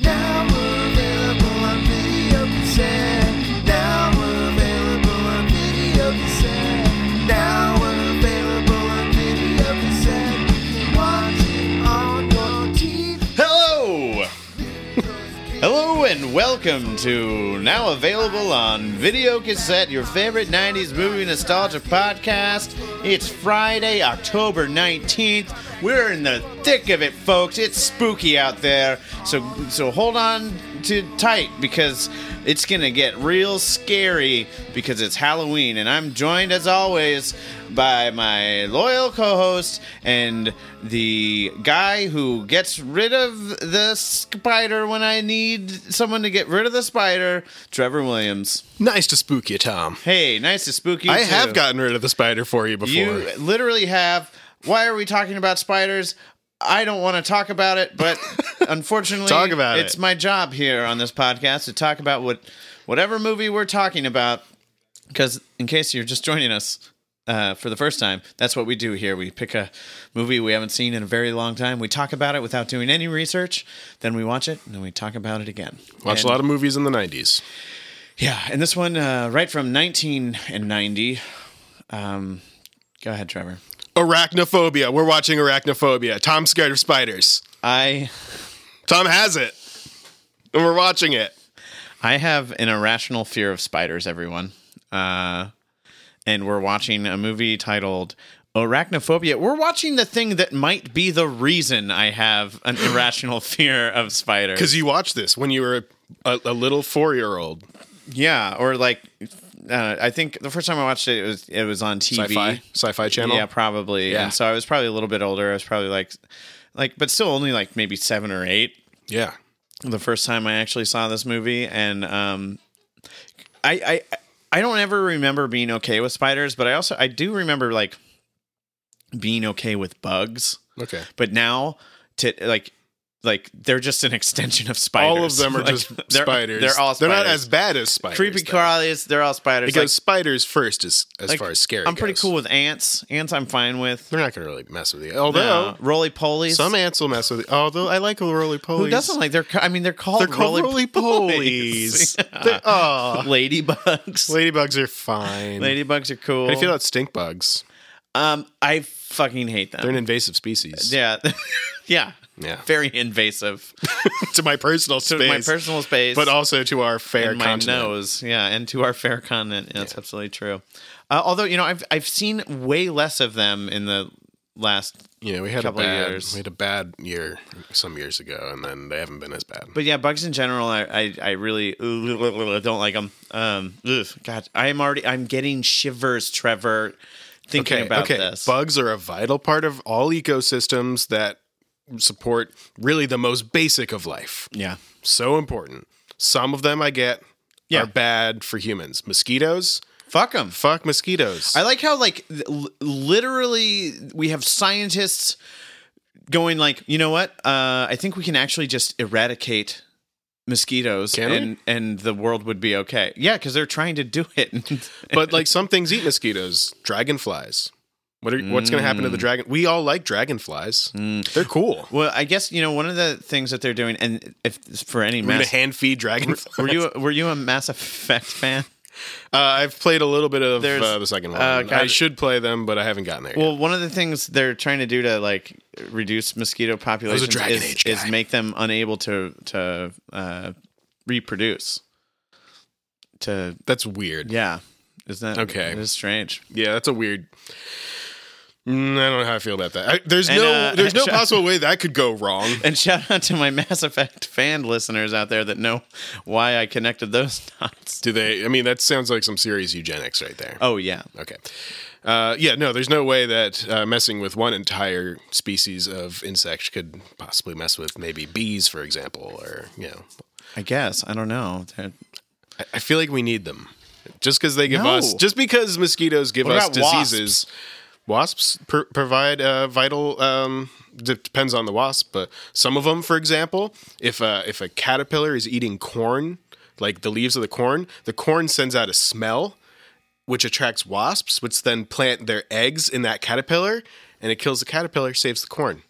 Now we're available on video cassette. Now we're available on video cassette. Now we're available on video cassette. You can watch it on your TV. Hello! Hello and welcome to now available on video cassette, your favorite 90s movie nostalgia podcast. It's Friday, October 19th. We're in the thick of it, folks. It's spooky out there. So so hold on to tight because it's going to get real scary because it's Halloween and I'm joined as always by my loyal co-host and the guy who gets rid of the spider when I need someone to get rid of the spider, Trevor Williams. Nice to spook you, Tom. Hey, nice to spook you. I too. have gotten rid of the spider for you before. you literally have. Why are we talking about spiders? I don't want to talk about it, but unfortunately, Talk about it's it. my job here on this podcast to talk about what whatever movie we're talking about. Because in case you're just joining us, uh, for the first time. That's what we do here. We pick a movie we haven't seen in a very long time. We talk about it without doing any research. Then we watch it, and then we talk about it again. Watched a lot of movies in the 90s. Yeah, and this one uh, right from 1990. Um, go ahead, Trevor. Arachnophobia. We're watching Arachnophobia. Tom's scared of spiders. I Tom has it. And we're watching it. I have an irrational fear of spiders. Everyone, uh, and we're watching a movie titled. Arachnophobia. We're watching the thing that might be the reason I have an irrational fear of spiders. Because you watched this when you were a, a little four year old. Yeah, or like uh, I think the first time I watched it, it was it was on TV. Sci fi. Sci fi channel. Yeah, probably. Yeah. And so I was probably a little bit older. I was probably like like but still only like maybe 7 or 8 Yeah. the first time I actually saw this movie and um I I I don't ever remember being okay with spiders, but I also I do remember like being okay with bugs. Okay. But now to like like they're just an extension of spiders. All of them are Like, just they're, spiders. They're all spiders. They're not as bad as spiders. creepy though. crawlies. They're all spiders. Because Like, spiders first, as, as like, far as scary I'm pretty goes. cool with ants. Ants, I'm fine with. They're not going to really mess with you. Although, Uh, roly polies. some ants will mess with you. Although, I like roly polies. who doesn't like? They're ca- I mean, they're called They're called roly polies. roly-polies. They're- oh. aw. Ladybugs. Ladybugs are fine. Ladybugs are cool. How do you feel about stink bugs? um, I fucking hate them. They're an invasive species. yeah, yeah, Yeah. Very invasive to my personal to space. my personal space, But also to our fair and my continent. nose. Yeah, and to our fair continent. Yeah, That's absolutely true. Uh, although you know, I've I've seen way less of them in the last Yeah, we had a Couple of bad years. we had a bad year some years ago, and then they haven't been as bad. But yeah, bugs in general, I I, I really don't like them. Um, ugh, God, I'm already I'm getting shivers, Trevor, thinking about this. Bugs are a vital part of all ecosystems that support really the most basic of life. yeah, So important. Some of them I get Yeah. are bad for humans. Mosquitoes, fuck them. fuck mosquitoes. I like how like th- l- literally we have scientists going like, you know what? Uh, I think we can actually just eradicate mosquitoes Can we? and and the world would be okay. Yeah, because they're trying to do it. but like some things eat mosquitoes, dragonflies. What are, What's going to happen to Mm. the dragon? We all like dragonflies. They're cool. well, I guess you know one of the things that they're doing, and if for any I'm going mass, to hand feed dragonflies. were you were you a Mass Effect fan? Uh, I've played a little bit of There's- uh, the second one. uh, God. I should play them, but I haven't gotten there. yet. Well, one of the things they're trying to do to like reduce mosquito populations Dragon is, Age is guy. make them unable to to uh, reproduce. To that's weird. Yeah. yeah, isn't that Okay. It's strange. that's a weird. Mm, I don't know how I feel about that. I, there's And, no, uh, there's no sh- possible way that could go wrong. And shout out to my Mass Effect fan listeners out there that know why I connected those dots. Do they? I mean, that sounds like some serious eugenics right there. Oh yeah, Okay. Uh, yeah, no, there's no way that uh, messing with one entire species of insect could possibly mess with maybe bees, for example, or you know. I guess I don't know. They're- I, I feel like we need them just because they give No. us, just because mosquitoes give What us about wasps? diseases. Wasps pr- provide uh, vital. Um, d- depends on the wasp, but some of them, for example, if uh, if a caterpillar is eating corn, like the leaves of the corn, the corn sends out a smell, which attracts wasps, which then plant their eggs in that caterpillar, and it kills the caterpillar, saves the corn.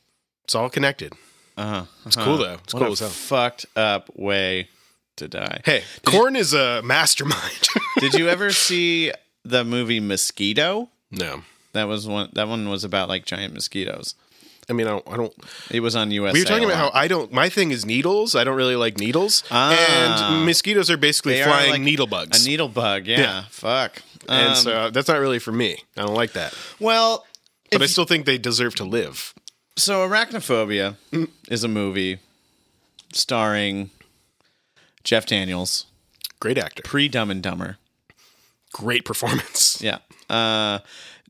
It's all connected. Uh-huh. It's cool though. It's What cool a as hell. fucked up way to die. Hey, corn is a mastermind. did you ever see the movie Mosquito? no, That was one. That one was about like giant mosquitoes. I mean I don't. I don't It was on USA. We were talking a about how lot. I don't. My thing is needles. I don't really like needles, Ah. and mosquitoes are basically They are, flying like, needle bugs. a needle bug. Yeah, Yeah. fuck. and Um, so uh, that's not really for me. I don't like that, well, but I still think they deserve to live. so Arachnophobia Mm. is a movie starring Jeff Daniels, Great actor, pre Dumb and Dumber. great performance, Yeah, uh,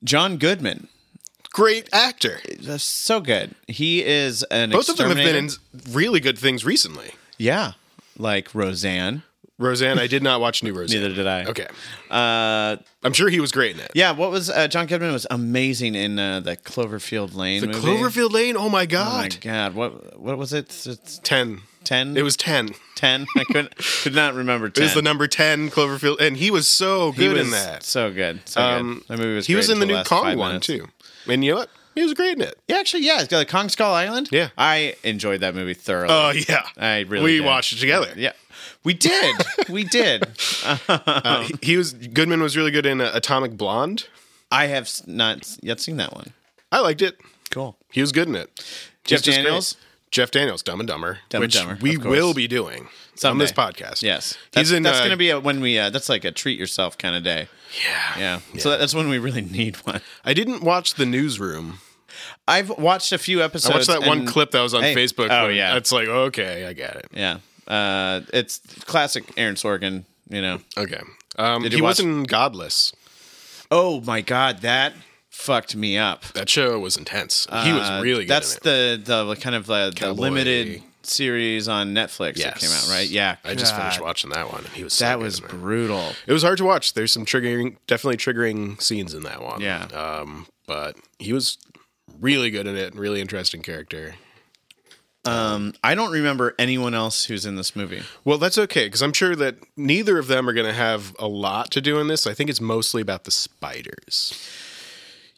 John Goodman. great actor. That's so good. He is an Both of them have been in exterminator. really good things recently. yeah, like Roseanne. Roseanne, I did not watch New Roseanne. Neither did I. Okay, Uh, I'm sure he was great in it. yeah, what was uh, John Goodman was amazing in uh, the Cloverfield Lane. the movie. Cloverfield Lane. Oh my Oh my god, god, what what was it? It's ten. ten. It was ten. ten. I couldn't could not remember It ten. was the number ten Cloverfield, and he was so He good was in that. So good. So Um, good. That movie was. he was great in the until new last Kong five one minutes. too. And you know what? He was great in it. Yeah, actually, yeah. It's got the Kong Skull Island. Yeah. I enjoyed that movie thoroughly. Oh yeah, I really we did. watched it together. yeah, we did. we did. Uh, he, he was Goodman was really good in uh, Atomic Blonde. I have s- not yet seen that one. I liked it. Cool. He was good in it. Jeff He's just great. Daniels? Jeff Daniels, Dumb and Dumber, Dumb and which Dumber, we of course. will be doing on Someday. this podcast. Yes, that's, he's in. that's uh, going to be a, when we. Uh, that's like a treat yourself kind of day. Yeah, Yeah. So that, that's when we really need one. I didn't watch the newsroom. I've watched a few episodes. I watched that one and- clip that was on Hey. Facebook. Oh when- yeah, it's like okay, I got it. Yeah. Uh, it's classic Aaron Sorkin, you know. Okay, um, Did he you watch- was in Godless. Oh my god, that fucked me up. That show was intense. he was Uh, really good. That's in it. the the kind of uh, the Cowboy. limited series on Netflix that came out, right? Yeah. I just finished God, watching that one, and he was so That good was in it. brutal. It was hard to watch. There's some triggering, definitely triggering scenes in that one. Yeah. Um, but he was really good in it and really interesting character. Um, I don't remember anyone else who's in this movie. Well, that's okay because I'm sure that neither of them are going to have a lot to do in this. I think it's mostly about the spiders,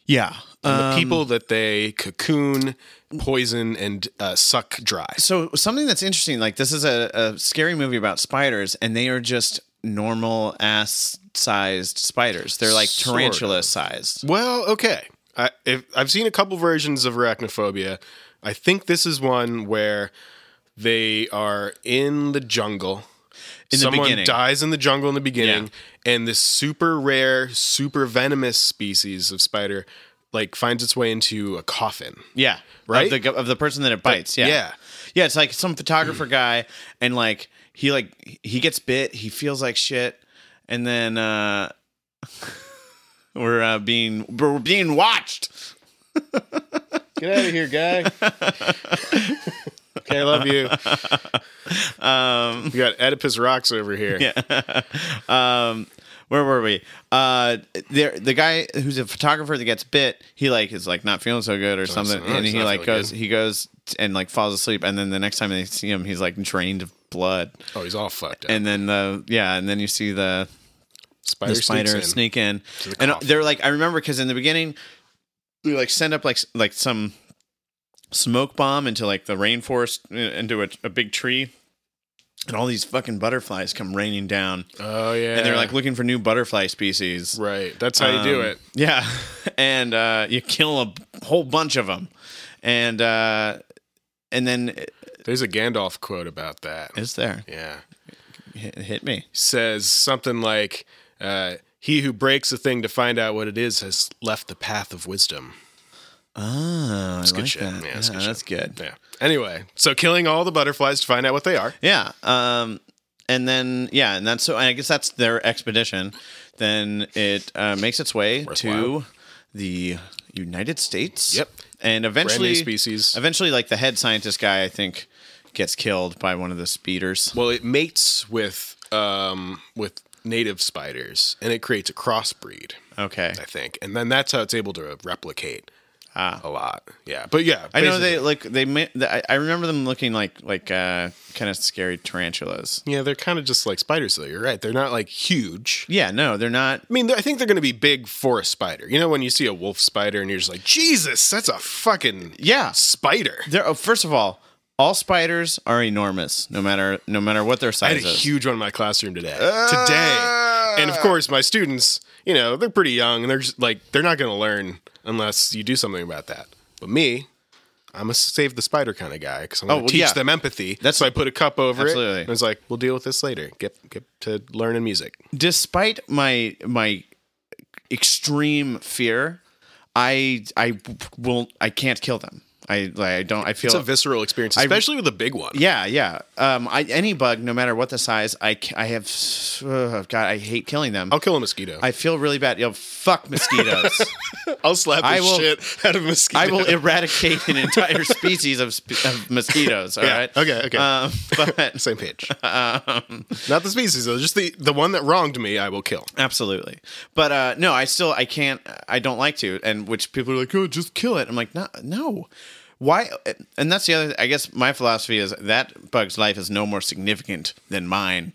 Yeah. and Um, the people that they cocoon, poison, and uh, suck dry. so something that's interesting, like this is a, a scary movie about spiders, and they are just normal ass sized spiders. They're like Sort of. tarantula sized. Well, okay. I, if, I've seen a couple versions of arachnophobia. I think this is one where they are in the jungle. In the Someone beginning. dies in the jungle in the beginning, and this super rare, super venomous species of spider like finds its way into a coffin. Yeah. Right? Of the, of the person that it bites. Yeah. yeah. Yeah. It's like some photographer guy and like he like he gets bit, he feels like shit, and then uh we're uh, being we're being watched. Get out of here, guy. okay, I love you. Um, we got Oedipus rocks over here. Yeah. Um where were we? Uh there the guy who's a photographer that gets bit, he like is like not feeling so good or something. not- And it's he not like feeling goes good. he goes and like falls asleep and then the next time they see him he's like drained of blood. Oh, he's all fucked up. And then the yeah, and then you see the spider, the spider sneaks in. sneak in, to the and uh, coffin. they're like, I remember because in the beginning, we like send up like s- like some smoke bomb into like the rainforest uh, into a, a big tree, and all these fucking butterflies come raining down, Oh yeah. and they're like looking for new butterfly species. Right. That's how you do Um, it. Yeah, and uh, you kill a b- whole bunch of them, and uh, and then There's a Gandalf quote about that. is there Yeah. hit, hit me? Says something like, uh, he who breaks a thing to find out what it is has left the path of wisdom. Oh, I good like shit. that. Yeah, it's good shit. that's good. Yeah. Anyway, so killing all the butterflies to find out what they are. Yeah. Um, and then yeah, and that's so. I guess that's their expedition. Then it uh, makes its way Worthwhile. to the United States. Yep. And eventually, species. Eventually, like the head scientist guy, I think, gets killed by one of the speeders. Well, it mates with um with native spiders, and it creates a crossbreed. Okay. I think, and then that's how it's able to replicate a lot. Yeah, but yeah, Ah. I know basically- they like they. ma- the- I I remember them looking like like uh, kind of scary tarantulas. Yeah, they're kind of just like spiders, though. You're right; they're not like huge. Yeah, no, they're not. I mean, they're- I think they're going to be big for a spider. You know, when you see a wolf spider, and you're just like, Jesus, that's a fucking Yeah, spider. they're. Oh, first of all, all spiders are enormous, no matter no matter what their I size had a is. Ah! huge one in my classroom today. today, and of course, my students, you know, they're pretty young, and they're just, like, they're not going to learn unless you do something about that. But me, I'm a save the spider kind of guy because I'm going Oh, to well, teach yeah. them empathy. That's- That's so I put a cup over it. Absolutely. And I was like, we'll deal with this later. Get get to learning music. Despite my my extreme fear, I I will I can't kill them. I like I don't. I feel It's a visceral experience, especially with a big one. Yeah, yeah. Um, I, any bug, no matter what the size, I, c- I have. Uh, God, I hate killing them. I'll kill a mosquito. I feel really bad. Yo, fuck mosquitoes. I'll slap the I will- shit out of mosquito. I will eradicate an entire species of, sp- of mosquitoes. All Yeah, right. okay, okay. Um, but Same page. Um, Not the species though, just the the one that wronged me. I will kill. absolutely. But uh, no, I still I can't. I don't like to. And which people are like, oh, just kill it. I'm like, no, no. Why? And that's the other. I guess my philosophy is that bug's life is no more significant than mine,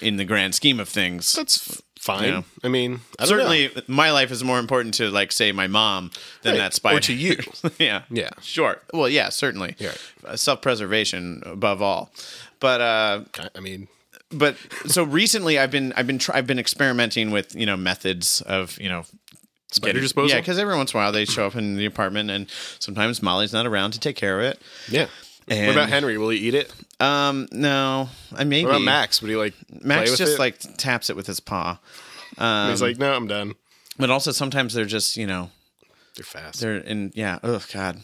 in the grand scheme of things. That's f- fine. Yeah. I mean, I don't certainly know. my life is more important to like say my mom than Right. that spider or to you. yeah Yeah. sure well yeah certainly Yeah. Uh, self-preservation above all but uh I- I mean, but so recently i've been i've been try- i've been experimenting with you know methods of you know spider getting- disposal. yeah because every once in a while they show up in the apartment and sometimes molly's not around to take care of it Yeah. And- what about Henry? Will he eat it? um no i maybe What about Max? Would he like play max with just it? like um, taps it with his paw he's like, no, I'm done. but also sometimes they're just you know They're fast. They're in yeah. Oh God.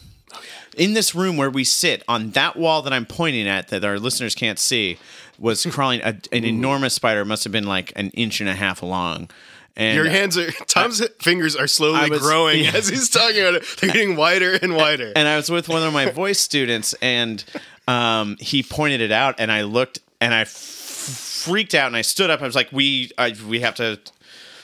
In this room where we sit, on that wall that I'm pointing at, that our listeners can't see, was crawling a, an enormous spider. Must have been like an inch and a half long. And Your hands are Tom's fingers are slowly I was- growing yeah. as he's talking about it. They're getting wider and wider. and I was with one of my voice students, and um, he pointed it out, and I looked, and I f- freaked out, and I stood up. I was like, "We, I, we have to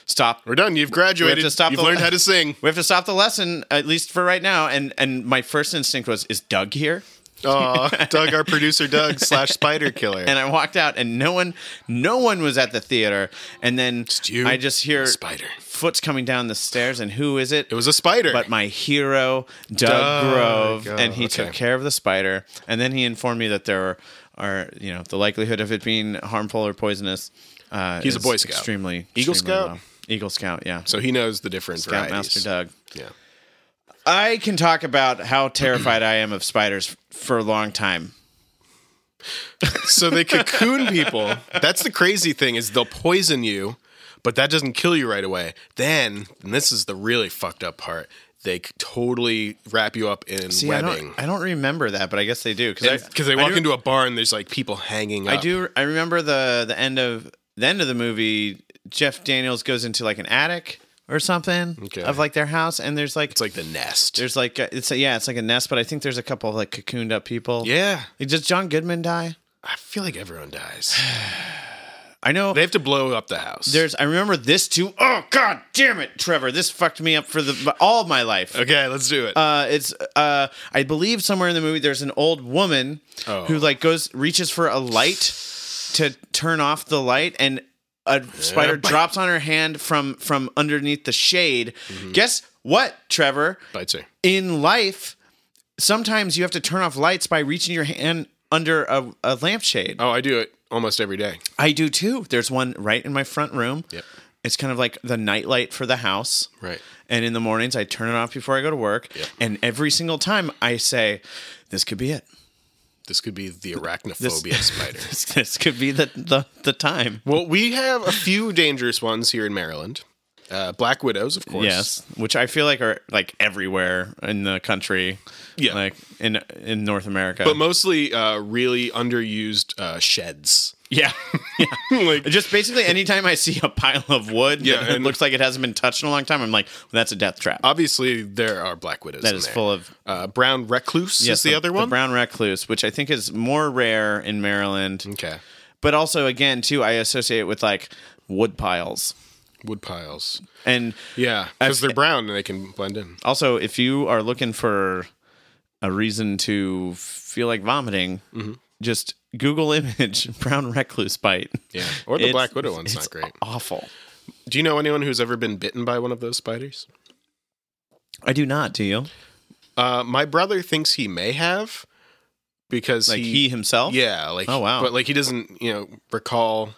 stop. We're done. You've graduated. to stop You've the- learned how to sing. We have to stop the lesson, at least for right now." And and my first instinct was, "Is Doug here?" Oh, Doug, our producer, Doug slash Spider Killer. and I walked out, and no one, no one was at the theater. And then you I just hear and a spider. foot's coming down the stairs, and who is it? it was a spider. but my hero, Doug, Doug. Grove, and he Oh, okay. took care of the spider. And then he informed me that there are, are you know, the likelihood of it being harmful or poisonous. Uh, He's a is Boy Scout. extremely extremely Eagle Scout? low. Eagle Scout, yeah. so he knows the different Scout varieties. Master Doug. Yeah. I can talk about how terrified I am of spiders for a long time. So they cocoon people. That's the crazy thing is they'll poison you, but that doesn't kill you right away. Then, and this is the really fucked up part, they c- totally wrap you up in See, I webbing. don't, I don't remember that, but I guess they do I- Because they I walk do- into a barn, there's like people hanging up. I do. I remember the the end of the end of the movie. Jeff Daniels goes into like an attic or something Okay. of like their house, and there's like, It's like the nest. there's like a, it's a, yeah, it's like a nest, but I think there's a couple of like cocooned up people. yeah. Like, does John Goodman die? I feel like everyone dies. I know They have to blow up the house. there's. I remember this too. Oh God damn it, Trevor! This fucked me up for the all of my life. okay, let's do it. Uh, it's uh, I believe somewhere in the movie there's an old woman Oh. who like goes reaches for a light to turn off the light and a spider bite. drops on her hand from from underneath the shade. Mm-hmm. Guess what, Trevor? Bites her. In life, sometimes you have to turn off lights by reaching your hand under a, a lampshade. Oh, I do it almost every day. I do too. There's one right in my front room. Yep. It's kind of like the nightlight for the house. Right. And in the mornings, I turn it off before I go to work. And every single time, I say, "This could be it. This could be the arachnophobia spider. This, this could be the, the the time." Well, we have a few dangerous ones here in Maryland. Uh, black widows, of course. Yes, which I feel like are like everywhere in the country. Yeah. like in in North America. but mostly uh, really underused uh, sheds. yeah, yeah. like, Just basically, anytime I see a pile of wood Yeah, that and- looks like it hasn't been touched in a long time, I'm like, well, "That's a death trap." obviously, there are black widows. that in is there. full of uh, brown recluse. Yes, is the, other one. the brown recluse, which I think is more rare in Maryland. okay, but also again too i associate it with like wood piles. Wood piles. And Yeah, because they're brown and they can blend in. also, if you are looking for a reason to feel like vomiting, Mm-hmm. just Google image brown recluse bite. Yeah, or the It's- Black Widow one's it's not great. Awful. Do you know anyone who's ever been bitten by one of those spiders? I do not. Do you? Uh, my brother thinks he may have because Like he himself? Yeah, like Oh, wow. but like he doesn't, you know, recall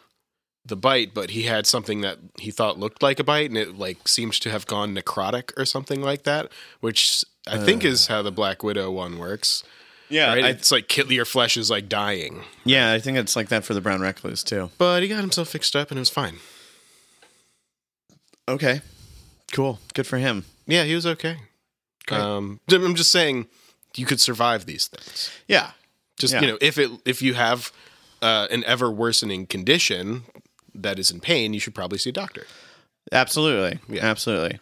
the bite, but he had something that he thought looked like a bite, and it like seems to have gone necrotic or something like that, which I think is how the Black Widow one works. Uh. Yeah. right, I, it's like kit- your flesh is like dying, yeah. I think it's like that for the brown recluse too. but he got himself fixed up and it was fine. Okay. Cool. Good for him. Yeah, he was okay. Um, I'm just saying, you could survive these things. Yeah. just Yeah. you know if it if you have uh, an ever worsening condition that is in pain you should probably see a doctor Absolutely. Yeah. Absolutely.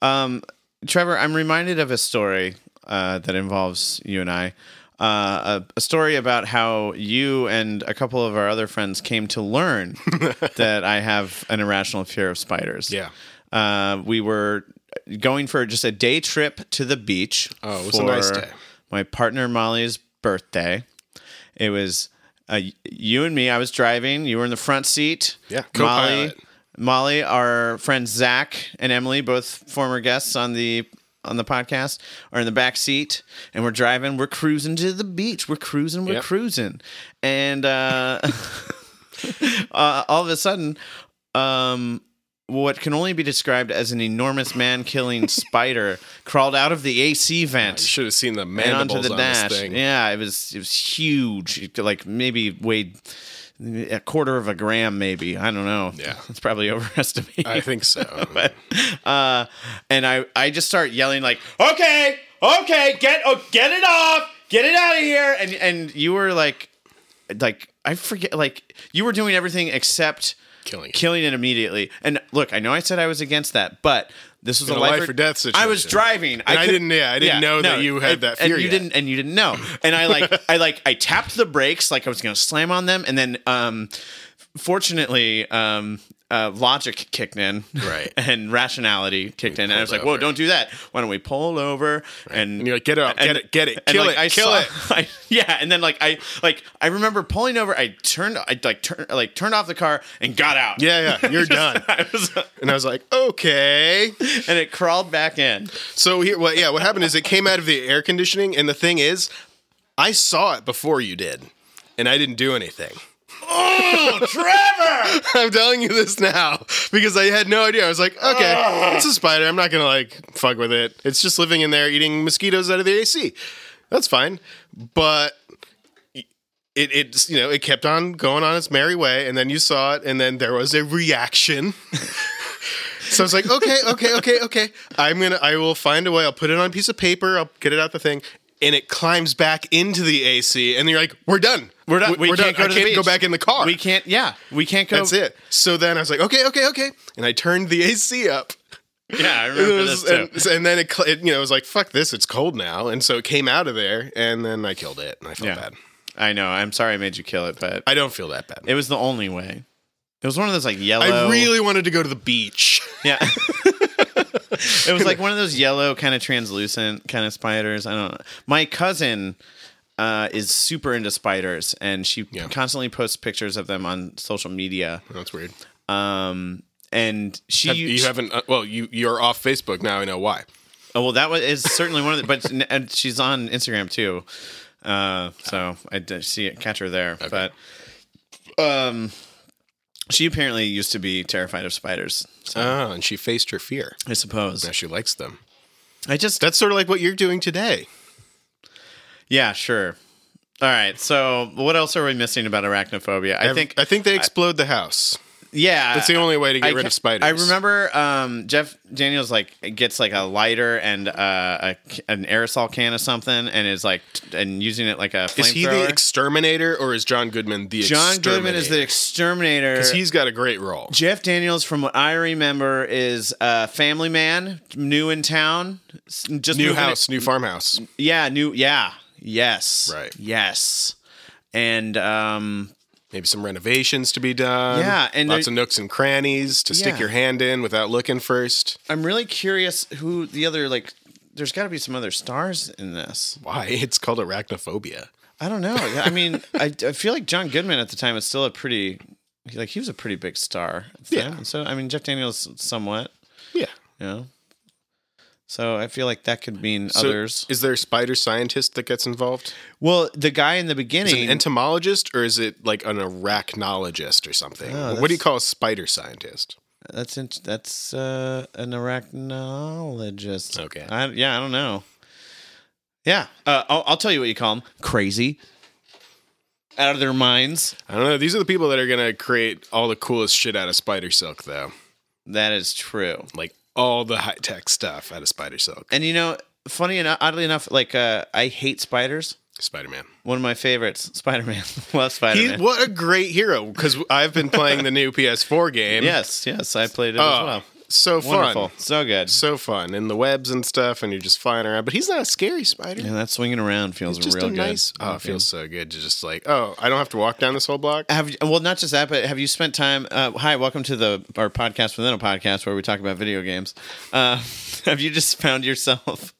Um, Trevor, I'm reminded of a story uh, that involves you and I. Uh, a, a story about how you and a couple of our other friends came to learn that I have an irrational fear of spiders. Yeah. Uh, we were going for just a day trip to the beach. Oh, it was a nice day. My partner Molly's birthday. It was uh, y- you and me. I was driving. You were in the front seat. Yeah, Molly, co-pilot. Molly, our friends Zach and Emily, both former guests on the on the podcast, are in the back seat, and we're driving. We're cruising to the beach. We're cruising. We're Yep. cruising, and uh, uh, all of a sudden, um, what can only be described as an enormous man-killing spider crawled out of the AC vent you should have seen the and onto mandibles the on dash. this thing Yeah, it was it was huge. It could, like maybe weighed a quarter of a gram, maybe. I don't know. Yeah. it's probably overestimating. i think so uh, and I I just start yelling like, okay, okay, get oh, get it off, get it out of here. And and you were like, like I forget, like you were doing everything except. Killing it. killing it immediately, and look, I know I said I was against that, but this was In a a life, life or death I was situation. driving. And I couldn't- didn't- yeah, I didn't know that you had and- that and fear you yet. didn't and you didn't know. And I like I like I tapped the brakes like I was gonna slam on them, and then um, fortunately um, uh, logic kicked in, Right. and rationality kicked in, and I was pulled like, "Whoa, over. don't do that! Why don't we pull over?" And, And you're like, "Get it up, get it, get it, kill like, it, kill saw- it." I- yeah, and then like I like I remember pulling over. I turned I like turn like turned off the car and got out. yeah yeah you're done I was, uh, and i was like okay and it crawled back in. so here well yeah what happened is it came out of the air conditioning and the thing is i saw it before you did and i didn't do anything Trevor. I'm telling you this now because I had no idea. I was like, okay, it's a spider. I'm not gonna like fuck with it. It's just living in there eating mosquitoes out of the AC. That's fine. But it it you know it kept on going on its merry way, and then you saw it, and then there was a reaction. So I was like, okay, okay, okay, okay. I'm gonna, I will find a way. I'll put it on a piece of paper. I'll get it out the thing, and it climbs back into the AC. And you're like, we're done. We're not. We We're can't go done. I to the can't beach. go back in the car. We can't. Yeah, we can't go. That's it. So then I was like, okay, okay, okay, and I turned the AC up. Yeah, I And, it remember was- this too. and- and then it, cl- it, you know, it was like, fuck this, it's cold now, and so it came out of there, and then I killed it, and I felt Yeah. bad. I know. I'm sorry I made you kill it, but I don't feel that bad. it was the only way. It was one of those like yellow. I really wanted to go to the beach. Yeah. it was like one of those yellow kind of translucent kind of spiders. I don't know. My cousin uh, is super into spiders, and she Yeah. constantly posts pictures of them on social media. That's weird. Um, and she Have- you, haven't. Uh, well, you you're off Facebook now. I know why. Oh well, that was is certainly one of the. But n- and she's on Instagram too, uh, so I did see it, catch her there. But um, she apparently used to be terrified of spiders. So Ah, and she faced her fear. I suppose Now she likes them. I just That's sort of like what you're doing today. yeah sure. All right, so what else are we missing about arachnophobia? I think I think they explode the house. yeah, That's the only way to get I rid ca- of spiders. I remember um, Jeff Daniels like gets like a lighter and uh, a, an aerosol can of something, and is like t- and using it like a flamethrower. Is he the exterminator or is John Goodman the John Goodman is the exterminator. because he's got a great role. Jeff Daniels, from what I remember, is a family man, new in town, s- just New moving house, new farmhouse. in- yeah, new. Yeah. Yes. Right. Yes. And um, maybe some renovations to be done. Yeah, and lots there- of nooks and crannies to stick Yeah. your hand in without looking first. I'm really curious who the other like. There's got to be some other stars in this. Why? It's called arachnophobia. I don't know. Yeah, I mean, I, I feel like John Goodman at the time is still a pretty like he was a pretty big star. At the Yeah. time. And so I mean, Jeff Daniels somewhat. Yeah. You know. So I feel like that could mean So others. Is there a spider scientist that gets involved? Well, the guy in the Is it beginning. an entomologist or is it like an arachnologist or something? what do you Oh, that's- call a spider scientist? that's in, that's uh, an arachnologist. Okay. I, yeah, I don't know. Yeah, uh, I'll, I'll tell you what you call them: crazy, out of their minds. I don't know. These are the people that are gonna create all the coolest shit out of spider silk, though. That is true. Like all the high tech stuff out of spider silk. And you know, funny enough, oddly enough, like uh, I hate spiders. Spider Man. One of my favorites, Spider Man. Love Spider He, Man. what a great hero! Because I've been playing the new PS4 game. Yes, yes, I played it Oh, as well. so fun, Wonderful, so good. so fun, and the webs and stuff, and you're just flying around. But he's not a scary spider. And that swinging around feels It's just real a good. nice. Oh, it feels so good to just like, oh, I don't have to walk down this whole block. Have you- well, not just that, but have you spent time? Uh, hi, welcome to the our podcast within a podcast where we talk about video games. Uh, have you just found yourself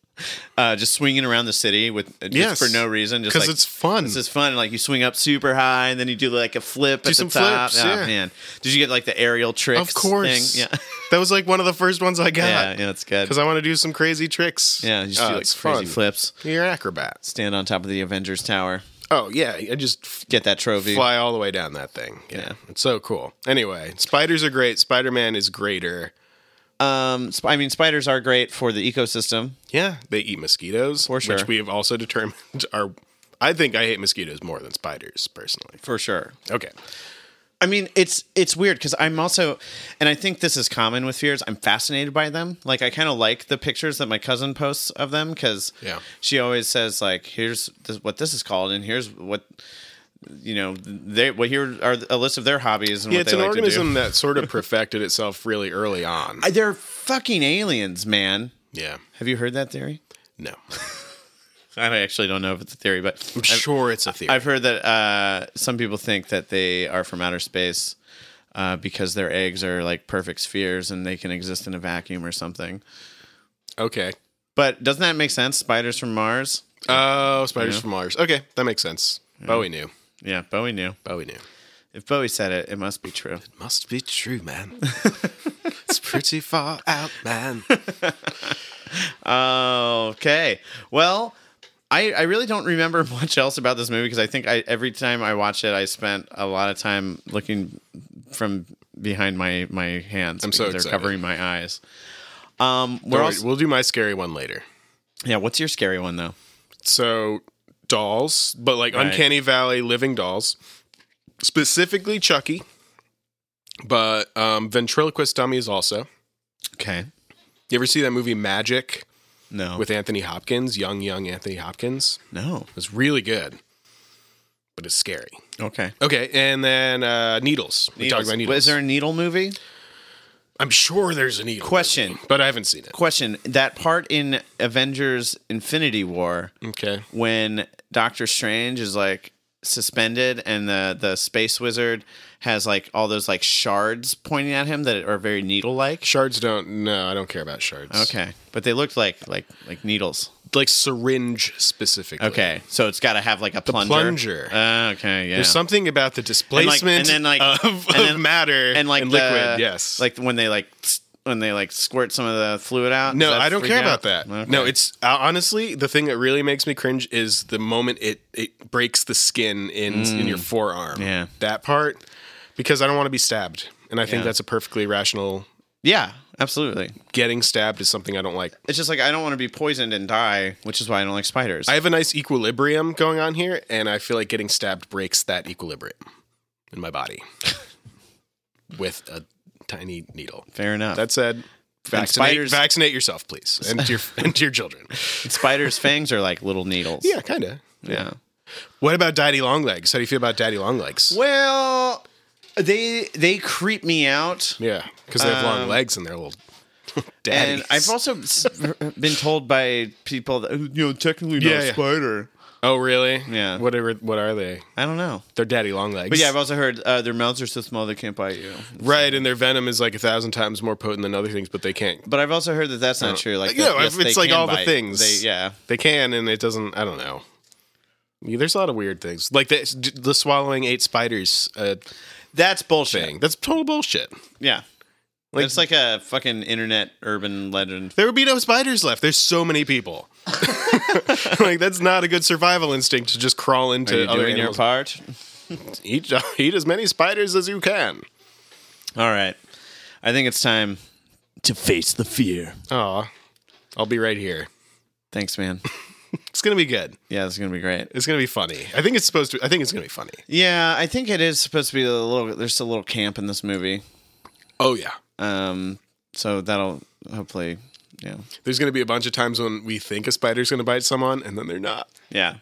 uh, just swinging around the city with uh, just Yes. for no reason? Just 'Cause like, it's fun. This is fun. Like you swing up super high and then you do like a flip at some the top. flips, oh, yeah. man, did you get like the aerial tricks? Of course, thing? Yeah. That was like one of the first ones I Yeah, got yeah, it's good. because I want to do some crazy tricks. Yeah, you just Oh, do like it's crazy fun. flips. You're an acrobat. Stand on top of the Avengers Tower. Oh yeah, I just f- Get that trophy. fly all the way down that thing. Yeah. Yeah. it's so cool. Anyway, spiders are great. Spider Man is greater. Um, sp- I mean, spiders are great for the ecosystem. Yeah, they eat mosquitoes, For sure. which we have also determined are. I think I hate mosquitoes more than spiders personally. For sure. Okay, I mean, it's it's weird because I'm also, and I think this is common with fears. I'm fascinated by them. Like I kind of like the pictures that my cousin posts of them because Yeah. she always says like, "Here's this, what this is called, and here's what you know they well here are a list of their hobbies and yeah, what it's they an like organism to that sort of perfected itself really early on. do." They're fucking aliens, man. yeah, Have you heard that theory? no, I actually don't know if it's a theory, but I'm sure it's a theory. I've heard that uh, some people think that they are from outer space uh, because their eggs are like perfect spheres and they can exist in a vacuum or something. okay. But doesn't that make sense? Spiders from Mars? Oh, spiders from Mars. Okay, that makes sense. Bowie knew. Yeah, Bowie knew. Bowie knew. If Bowie said it, it must be true. Must be true, man. it's pretty far out, man. Okay. Well, I, I really don't remember much else about this movie because I think I, every time I watch it, I spent a lot of time looking from behind my, my hands. I'm so because they're excited. covering my eyes. Um, Don't where worry, else? We'll do my scary one later. Yeah, what's your scary one though? So dolls, but like Right. Uncanny Valley living dolls, specifically Chucky, but um, ventriloquist dummies also. Okay. You ever see that movie Magic No. with Anthony Hopkins, young young Anthony Hopkins? no. It was really good, but it's scary. Okay. Okay, and then uh, needles. We talked about needles. Is there a needle movie? I'm sure there's a needle, Question. but I haven't seen it. Question. That part in Avengers Infinity War Okay. when Doctor Strange is like suspended and the the space wizard has like all those like shards pointing at him that are very needle like. Shards don't. No, I don't care about shards. Okay. But they looked like like like needles. Like syringe specifically. Okay. So it's got to have like a plunger. plunger. Uh, okay, yeah. There's something about the displacement and then, like- of, and of then- matter and like the- liquid. Yes. like when they like when they like squirt some of the fluid out. no, does that I don't freak care out? about that. Okay. No, it's uh, honestly the thing that really makes me cringe is the moment it it breaks the skin in in your forearm. Mm. Yeah. that part because I don't want to be stabbed, and I think Yeah. that's a perfectly rational. yeah, absolutely. Getting stabbed is something I don't like. It's just like I don't want to be poisoned and die, which is why I don't like spiders. I have a nice equilibrium going on here, and I feel like getting stabbed breaks that equilibrium in my body with a tiny needle. Fair enough. That said, vaccinate, spiders- vaccinate yourself, please, and your and your children. spiders' fangs are like little needles. Yeah, kind of. yeah. What about Daddy Longlegs? How do you feel about Daddy Longlegs? Well, they they creep me out, Yeah, because they have Um, long legs and they're little daddies. "Oh, and I've also s- been told by people that you know technically not Yeah, a yeah. spider. Oh, really? Yeah. Whatever. What are they? I don't know. They're daddy long legs. But yeah, I've also heard uh, their mouths are so small they can't bite you. right. And their venom is like a thousand times more potent than other things, but they can't. But I've also heard that that's not true. Like, Yeah, that- yes, Uh, if it's they like can all bite. the things. They, yeah, They can, and it doesn't. I don't know. Yeah, there's a lot of weird things, like the, the swallowing eight spiders uh, that's bullshit. thing. That's total bullshit. Yeah, it's like a fucking internet urban legend. There would be no spiders left. There's so many people. like that's not a good survival instinct to just crawl into. Are you other doing your animals. part? Eat, eat as many spiders as you can. All right, I think it's time to face the fear. Aw, I'll be right here. Thanks, man. It's gonna be good. Yeah, this is gonna be great. It's gonna be funny. I think it's supposed to. I think it's gonna be funny. Yeah, I think it is supposed to be a little. There's a little camp in this movie, Oh yeah. um, so that'll hopefully, yeah, There's gonna be a bunch of times when we think a spider's gonna bite someone, and then they're not. yeah.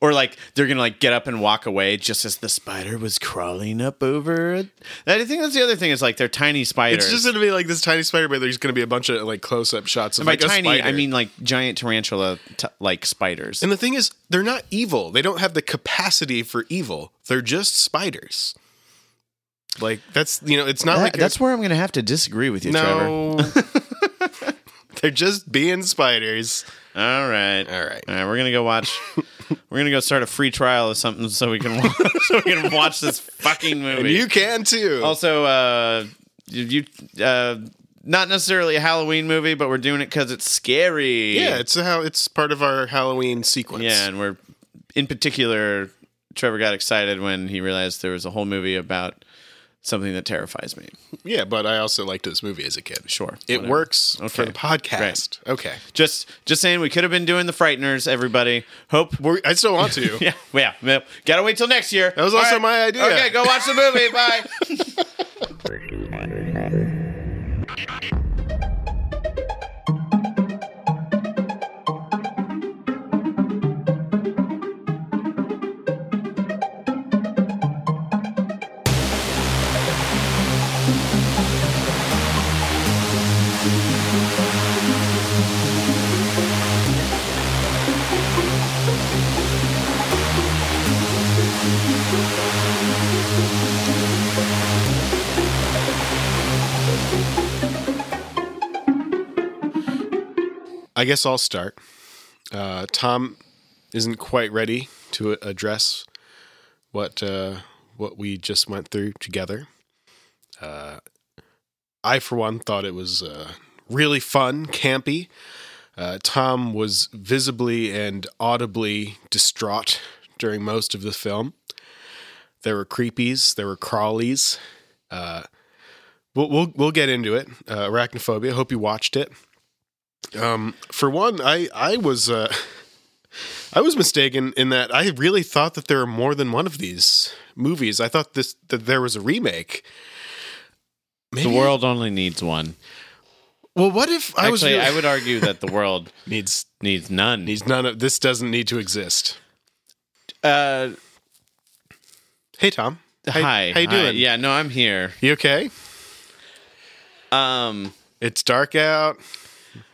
Or like they're gonna like get up and walk away just as the spider was crawling up over it. I think that's the other thing is like they're tiny spiders. It's just gonna be like this tiny spider, but there's gonna be a bunch of like close-up shots of by like a tiny, spider. I mean like giant tarantula t- like spiders. and the thing is, they're not evil. They don't have the capacity for evil. They're just spiders. Like that's you know, it's not That- like a- that's where I'm gonna have to disagree with you, Trevor. no. they're just being spiders. All right, All right. all right. We're gonna go watch. we're gonna go start a free trial of something so we can watch, so we can watch this fucking movie. And you can too. Also, uh, you, you uh, not necessarily a Halloween movie, but we're doing it because it's scary. yeah, it's how it's part of our Halloween sequence. yeah, and we're in particular. Trevor got excited when he realized there was a whole movie about something that terrifies me. Yeah, but I also liked this movie as a kid. Sure, It whatever. works Okay, for the podcast. Okay. Just, just saying, we could have been doing the Frighteners. Everybody, hope. We're, I still want to. Yeah, yeah, yeah. Gotta wait till next year. That was also my idea. Okay, go watch the movie. Bye. I guess I'll start. Uh, Tom isn't quite ready to address what uh, what we just went through together. Uh, I, for one, thought it was uh, really fun, campy. Uh, Tom was visibly and audibly distraught during most of the film. There were creepies, there were crawlies. Uh, we'll, we'll we'll get into it. Uh, Arachnophobia. Hope you watched it Um, for one, I I was uh, I was mistaken in that I really thought that there were more than one of these movies. I thought this that there was a remake. the world only needs one. Well, what if I was Actually, really- I would argue that the world needs needs none. needs none of this doesn't need to exist. uh, Hey Tom, how, hi. how you hi. doing? Yeah, no, I'm here. you okay? Um, It's dark out.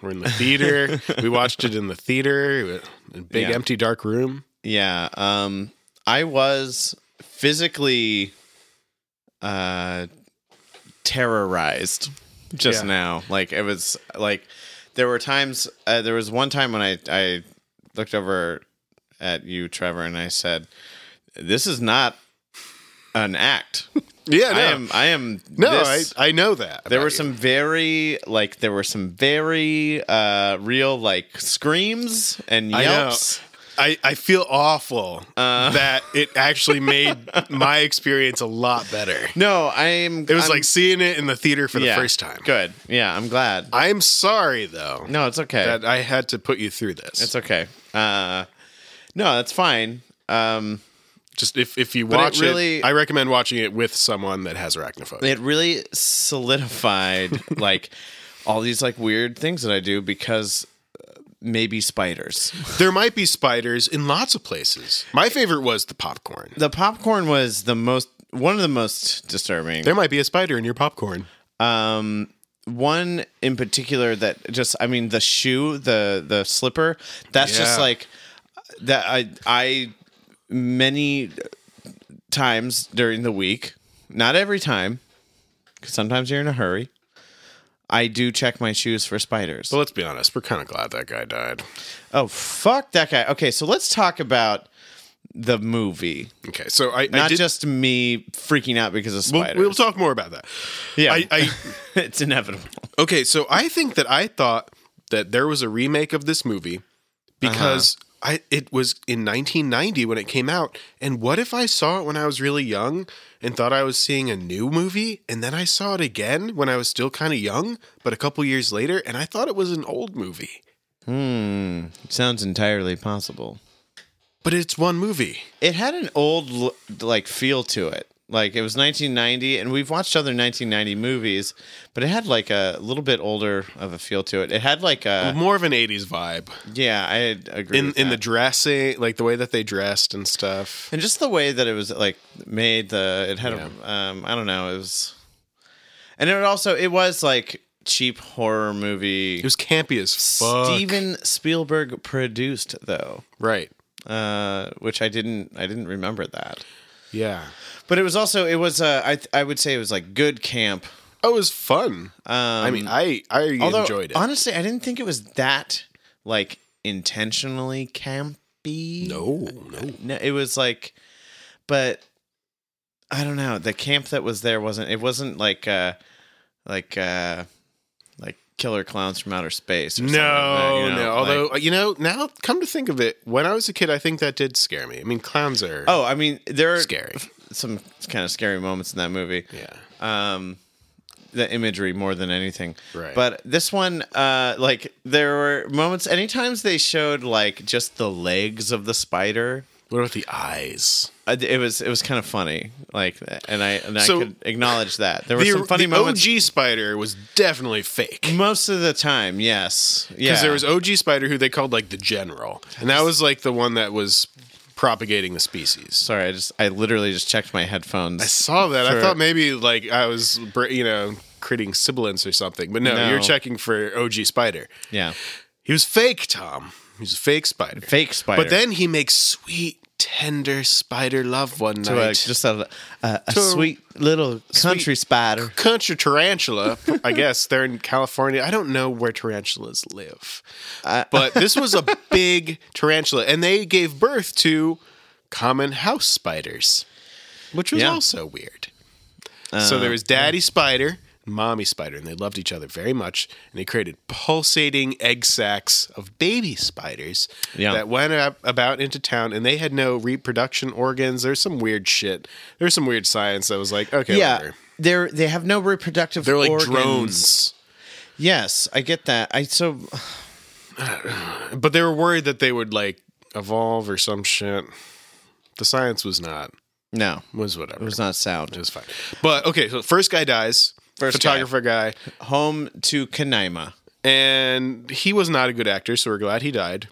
We're in the theater. we watched it in the theater, in a big Yeah. empty dark room. yeah. Um, I was physically uh terrorized just Yeah. now. Like it was like there were times. Uh, there was one time when I I looked over at you, Trevor, and I said, "This is not an act. Yeah, no, I am. I am. no, this- I I know that. there about were you. some very like there were some very uh real like screams and I know. yelps. I, I feel awful Uh. that it actually made my experience a lot better. No, I'm. It was I'm- like seeing it in the theater for the yeah, first time. Good. Yeah, I'm glad. I'm sorry though No, it's okay. that uh, I had to put you through this. it's okay. Uh, no, that's fine. Um, Just if, if you it watch it, really- I recommend watching it with someone that has arachnophobia. it really solidified like all these like weird things that I do because uh, maybe spiders. there might be spiders in lots of places. My favorite was the popcorn. The popcorn was the most one of the most disturbing. There might be a spider in your popcorn. um one in particular that just i mean the shoe the the slipper that's just Yeah. like that I I many times during the week, not every time, because sometimes you're in a hurry. I do check my shoes for spiders. But let's be honest, we're kind of glad that guy died. Oh fuck that guy. Okay, so let's talk about the movie, Okay, so I, I not did, just me freaking out because of We'll, spiders. we'll talk more about that. yeah, I, I it's inevitable. okay, so I think that I thought that there was a remake of this movie because Uh-huh. I it was in 1990 when it came out, and what if I saw it when I was really young and thought I was seeing a new movie, and then I saw it again when I was still kind of young, but a couple years later, and I thought it was an old movie, Sounds entirely possible. but it's one movie. It had an old l- like feel to it. Like it was 1990, and we've watched other 1990 movies, but it had like a little bit older of a feel to it. It had like a More of an 80s vibe yeah, I agree. Mm-hmm. in with in the Uh. that. dressing, like the way that they dressed and stuff. and just the way that it was like made the it had a um i don't know it was and it also it was like cheap horror movie It was campy as fuck. steven spielberg produced though right? uh which i didn't i didn't remember that Yeah. but it was also it was uh i th- i would say it was like good camp Oh, it was fun. I mean, I I Um, although enjoyed it. honestly i didn't think it was that like intentionally campy Oh, no, no. No, it was like, but I don't know. The camp that was there wasn't. It wasn't like, uh like, uh like killer clowns from outer space. Or something No, like that, you know? no. Like- Although you know, now come to think of it, when I was a kid, I think that did scare me. I mean, clowns are oh, I mean, there are scary. some kind of scary moments in that movie. Yeah, Um, the imagery more than anything. Right. But this one, uh, like there were moments. Anytimes they showed like just the legs of the spider. what about the eyes? I- it was it was kind of funny, like, and I and So- I could acknowledge that there were the some funny the moments. OG spider was definitely fake because Most of the time, yes, yeah. there was OG spider who they called like the general, and that was like the one that was propagating the species. Sorry, I just I literally just checked my headphones. I saw that. I Sure. thought maybe like I was br- you know creating sibilance or something, but no, No. you're checking for OG spider. yeah, He was fake, Tom. He was a fake spider. fake spider. But then he makes sweet, tender spider love one to a, night. just a, a, a To a- sweet little country spider. country tarantula. I guess they're in California. I don't know where tarantulas live, but this was a big tarantula, and they gave birth to common house spiders, which was Yeah. Uh, also weird. so there was daddy spider. and Mommy spider, and they loved each other very much, and they created pulsating egg sacs of baby spiders Yeah. that went up, about into town, and they had no reproduction organs. There's some weird shit. There's some weird science that was like, okay, Yeah, whatever. they're they have no reproductive. They're like organs. drones. Yes, I get that. I so But they were worried that they would like evolve or some shit. The science was not no, it was whatever. It was not sound. It was fine. But okay, so first guy dies. First photographer guy. Home to Canaima. and he was not a good actor, so we're glad he died.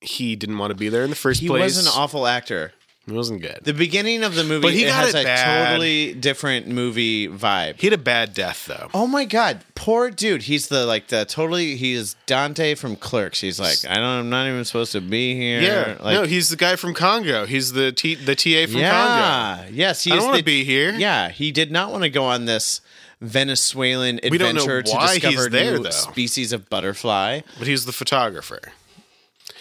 He didn't want to be there in the first He place. was an awful actor. He wasn't good. The beginning of the movie But he it got has it a bad. totally different movie vibe. he had a bad death though. Oh my god, poor dude. He's the like the totally he is Dante from Clerks. He's like, I don't I'm not even supposed to be here. yeah, like no, he's the guy from Congo. He's the T- the TA from Congo. Yeah. Yes, he I is don't want the- to be here. Yeah, he did not want to go on this Venezuelan adventure don't know to why he's discover there, new though. species of butterfly. but he's the photographer.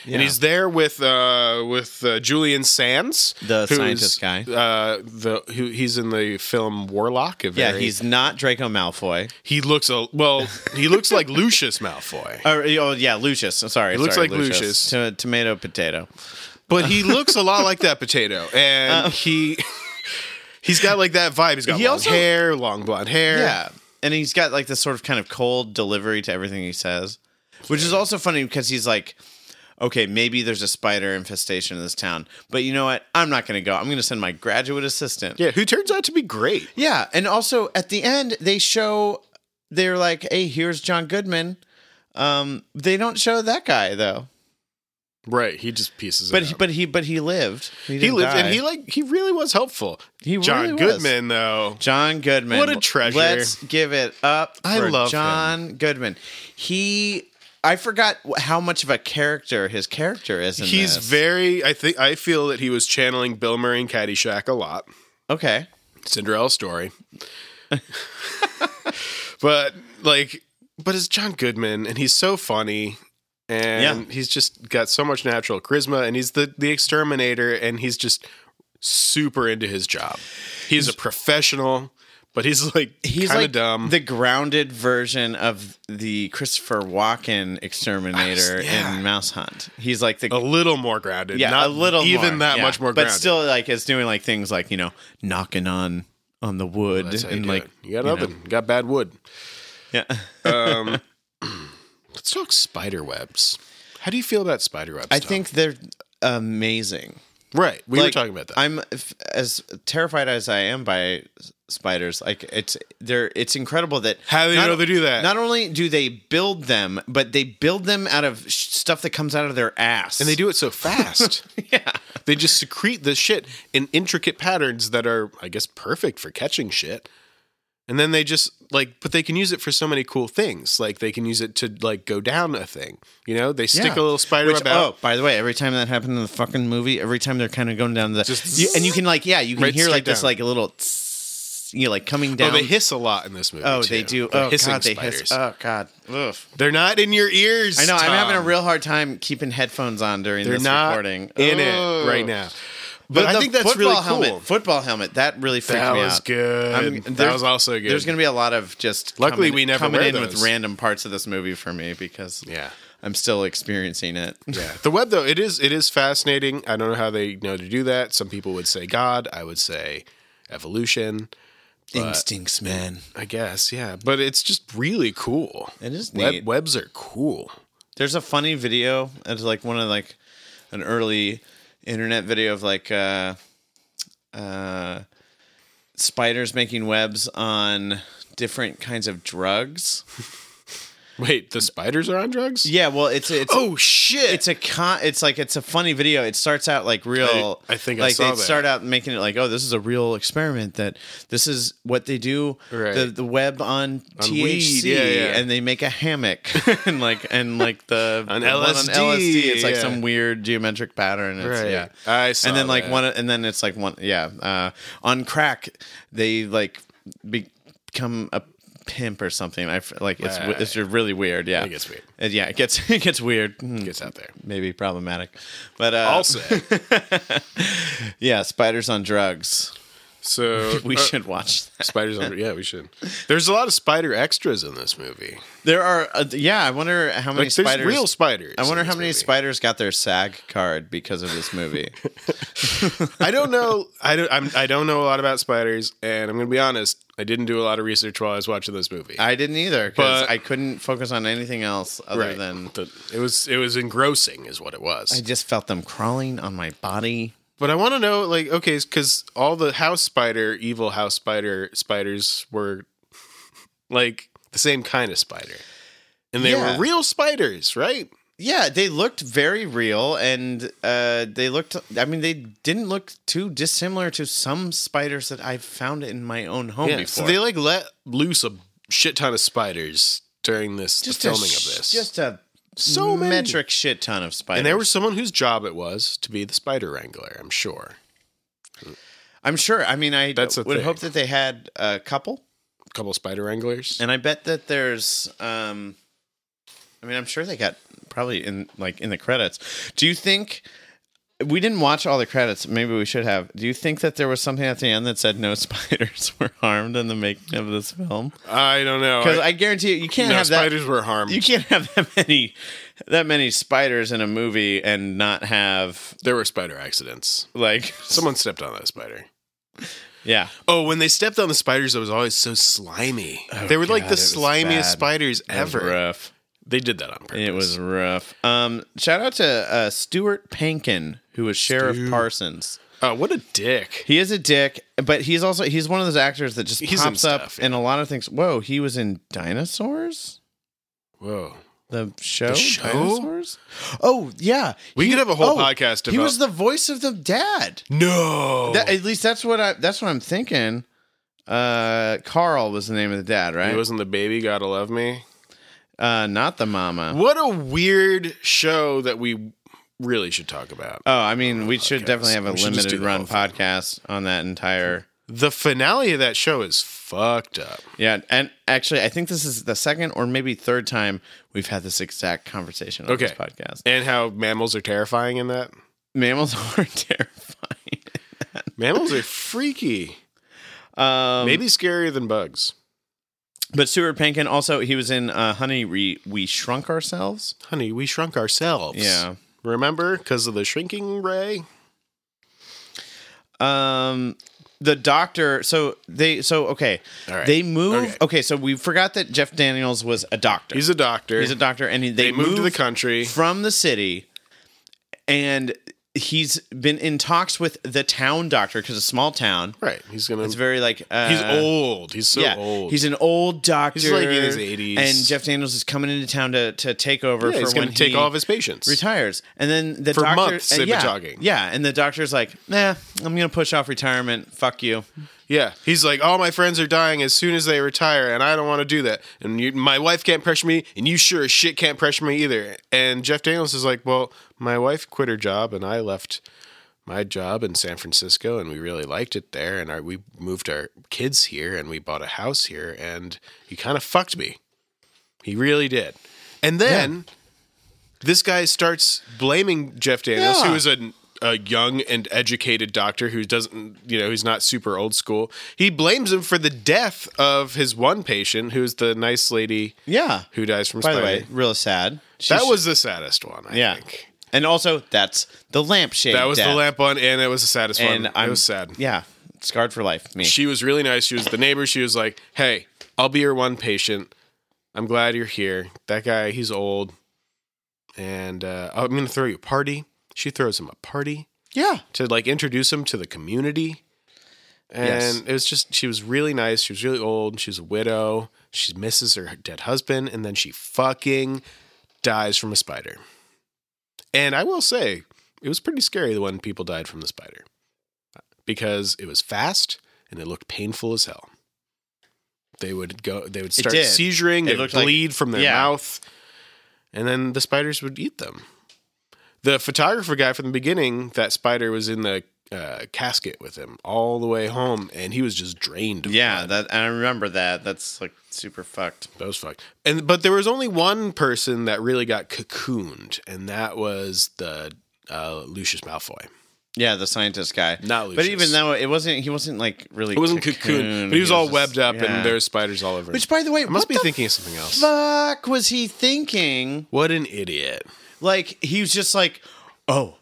Yeah. And he's there with uh, with uh, Julian Sands, The who's, scientist guy. Uh, the who he's in the film Warlock. a Yeah, very- he's not Draco Malfoy. he looks a well. He looks like Lucius Malfoy, Or, oh yeah, Lucius. I'm Sorry, He looks sorry, like Lucius. To- tomato potato. but he looks a lot like that potato, and he he's got like that vibe. He's got Um, He long also- hair, long blonde hair. Yeah. And he's got like this sort of kind of cold delivery to everything he says, which is also funny because he's like, okay, maybe there's a spider infestation in this town, but you know what? I'm not going to go. I'm going to send my graduate assistant. yeah. Who turns out to be great. Yeah. And also at the end, they show, they're like, hey, here's John Goodman. Um, they don't show that guy though, Right. He just pieces. but it he, up. but he, but he lived. he didn't lived, die. and he like he really was helpful. He John really was. Goodman though. John Goodman. What a treasure. Let's give it up. I for love him. John Goodman. He I forgot wh- how much of a character his character is. In He's this. very. I think I feel that he was channeling Bill Murray and Caddyshack a lot. okay. Cinderella story. but like, but it's John Goodman, and he's so funny, and Yeah. he's just got so much natural charisma, and he's the the exterminator, and he's just super into his job. He's a professional, but he's like He's kind of like dumb. the grounded version of the Christopher Walken exterminator yeah. in Mouse Hunt. He's like the a little more grounded, yeah, not a little even more, that yeah. much more, but grounded. still like it's doing like things like you know knocking on on the wood Oh, That's how you and do like it. you got oven, you got bad wood. yeah. Let's talk spider webs. How do you feel about spider webs? I Tom? think they're amazing. right. We were Like, talking about that. I'm if, as terrified as I am by s- spiders. Like it's they're it's incredible that How do you not- know they do that? Not only do they build them, but they build them out of sh- stuff that comes out of their ass. and they do it so fast. yeah. They just secrete this shit in intricate patterns that are, I guess, perfect for catching shit. And then they just like, but they can use it for so many cool things. Like they can use it to like go down a thing. You know, they stick Yeah. a little spider Which, web out. Oh, by the way, every time that happened in the fucking movie, every time they're kind of going down the Just you, and you can like yeah, you can Right hear like straight this down. like a little tss, you know, like coming Oh, down. they hiss a lot in this movie. Oh, too. they do. They're Oh hissing god, they spiders. hiss. Oh god. Ugh. They're not in your ears. I know. I'm having a Tom. real hard time keeping headphones on during They're this not recording. in Ugh. it right now. But, I the think that's football really cool. Helmet, football helmet. That really freaked That me was out. good. That there's- was also good. There's going to be a lot of just Luckily, coming, we never coming wear in with those. random parts of this movie for me because Yeah. I'm still experiencing it. Yeah. The web though, it is it is fascinating. I don't know how they know to do that. Some people would say God, I would say evolution, Instincts, man. I guess, yeah. But it's just really cool. It is Web, neat. webs are cool. There's a funny video. It's like one of like an early internet video of like uh uh spiders making webs on different kinds of drugs. Wait, the spiders are on drugs? Yeah, well, it's it's Oh shit. it's a con it's like it's a funny video it starts out like real I- I think I like saw they that. start out making it like oh this is a real experiment that this is what they do Right. the, the web on, On THC weed, yeah, yeah. and they make a hammock and like and like the On the one LSD, it's like yeah. some weird geometric pattern it's, Right. yeah I saw and then like that. one and then it's like one yeah uh on crack they like become a pimp or something i f- like it's Right. it's really weird yeah It gets weird. Uh, yeah it gets it gets weird Mm gets out there. maybe problematic. But uh, I'll say. yeah, spiders on drugs. So We uh, should watch that. spiders on yeah, we should. There's a lot of spider extras in this movie. There are, uh, yeah. I wonder how many Like there's spiders. real spiders. I wonder in how this many movie. spiders got their SAG card because of this movie. I don't know. I don't. I'm, I don't know a lot about spiders, and I'm going to be honest. I didn't do a lot of research while I was watching this movie. I didn't either because But- I couldn't focus on anything else other Right. than The- it was it was engrossing, is what it I was. just felt them crawling on my body. but I want to know, like, okay, because all the house spider, evil house spider spiders were like the same kind of spider, and they Yeah. were real spiders, right? Yeah, they looked very real, and uh, they looked. I mean, they didn't look too dissimilar to some spiders that I've found in my own home Yeah. before. So they like let loose a shit ton of spiders during this the filming sh- of this. Just a So many. metric shit ton of spiders. and there was someone whose job it was to be the spider wrangler. I'm sure. I'm sure. I mean, I That's a would thing. hope that they had a couple, couple spider wranglers. and I bet that there's. um I mean, I'm sure they got probably in like in the credits. Do you think? We didn't watch all the credits. Maybe we should have. Do you think that there was something at the end that said no spiders were harmed in the making of this film? I don't know. Because Oh, I, I guarantee you, you can't no, have that. spiders were harmed. You can't have that many, that many spiders in a movie and not have there were spider accidents. like Someone stepped on that spider. Yeah. Oh, when they stepped on the spiders, it was always so slimy. they were like Oh, God, it the was slimiest bad. spiders ever. It was rough. They did that on purpose. It was rough. Um, shout out to uh, Stuart Pankin, who was Sheriff Parsons. Oh, what a dick! He is a dick, but he's also he's one of those actors that just He's in pops up stuff, in a lot of things. Whoa, he was in Dinosaurs, Whoa. the show. show? Dinosaurs? Oh yeah, We could have a oh, whole podcast He about- Oh. was the voice of the dad. No. That, at least that's what I that's what I'm thinking. Uh, Carl was the name of the dad, right? it wasn't the baby. Gotta love me. Uh, not the mama. What a weird show that we really should talk about. Oh, I mean, we should definitely have a We should just do limited the run whole thing. podcast on that entire. The finale of that show is fucked up. Yeah, and actually, I think this is the second or maybe third time we've had this exact conversation on this Okay. podcast. And how mammals are terrifying in that. Mammals are terrifying. Mammals are freaky. Um, Maybe scarier than bugs. But Stuart Pankin also he was in uh, Honey we, we Shrunk Ourselves. Honey, we shrunk ourselves. Yeah. Remember? Because of the shrinking ray? Um the doctor so they so okay. All right. They move okay. Okay. so we forgot that Jeff Daniels was a doctor. He's a doctor. He's a doctor and he, they, they moved to the moved country. from the city and he's been in talks with the town doctor cuz a small town. Right. He's going It's to. very like uh, He's old. He's so old. He's an old doctor. He's, like, in his 80s. And Jeff Daniels is coming into town to, to take over yeah, for he's when going to take he all of his patients. retires. And then the For doctor months and they've been yeah, talking. Yeah, and the doctor's like, "Nah, I'm going to push off retirement. Fuck you." Yeah, he's like, all my friends are dying as soon as they retire, and I don't want to do that. And you, my wife can't pressure me, and you sure as shit can't pressure me either. And Jeff Daniels is like, well, my wife quit her job, and I left my job in San Francisco, and we really liked it there, and our, we moved our kids here, and we bought a house here, and he kind of fucked me. He really did. And then this guy starts blaming Jeff Daniels, Yeah. who is a a young and educated doctor who doesn't, you know, he's not super old school. He blames him for the death of his one patient, who's the nice lady Yeah. who dies from By the spina. way, real sad. She that sh- was the saddest one, I yeah. think. And also, that's the lampshade. That was the death. lamp one, and it was the saddest And one. I'm it was sad. Yeah, scarred for life. Me. She was really nice. She was the neighbor. She was like, "Hey, I'll be your one patient. I'm glad you're here. That guy, he's old, and uh, I'm gonna throw you a party." She throws him a party. yeah. to like introduce him to the community. And Yes. it was just she was really nice. She was really old. She's a widow. She misses her dead husband, and then she fucking dies from a spider. And I will say, it was pretty scary the when people died from the spider. Because it was fast and it looked painful as hell. They would go they would start did. seizuring, It they would looked like- bleed from their yeah. mouth, and then the spiders would eat them the photographer guy from the beginning, that spider was in the uh, casket with him all the way home, and he was just drained. of Yeah, blood. that and I remember that. That's like super fucked. that was fucked. And but there was only one person that really got cocooned, and that was the uh, Lucius Malfoy. Yeah, the scientist guy. Not But Lucius. even though it wasn't, he wasn't like really. It wasn't cocooned, but he was all webbed up, and there's spiders all over. him. Which, by the way, I must what be the thinking of something else. Fuck was he thinking? What an idiot! Like he was just like, oh,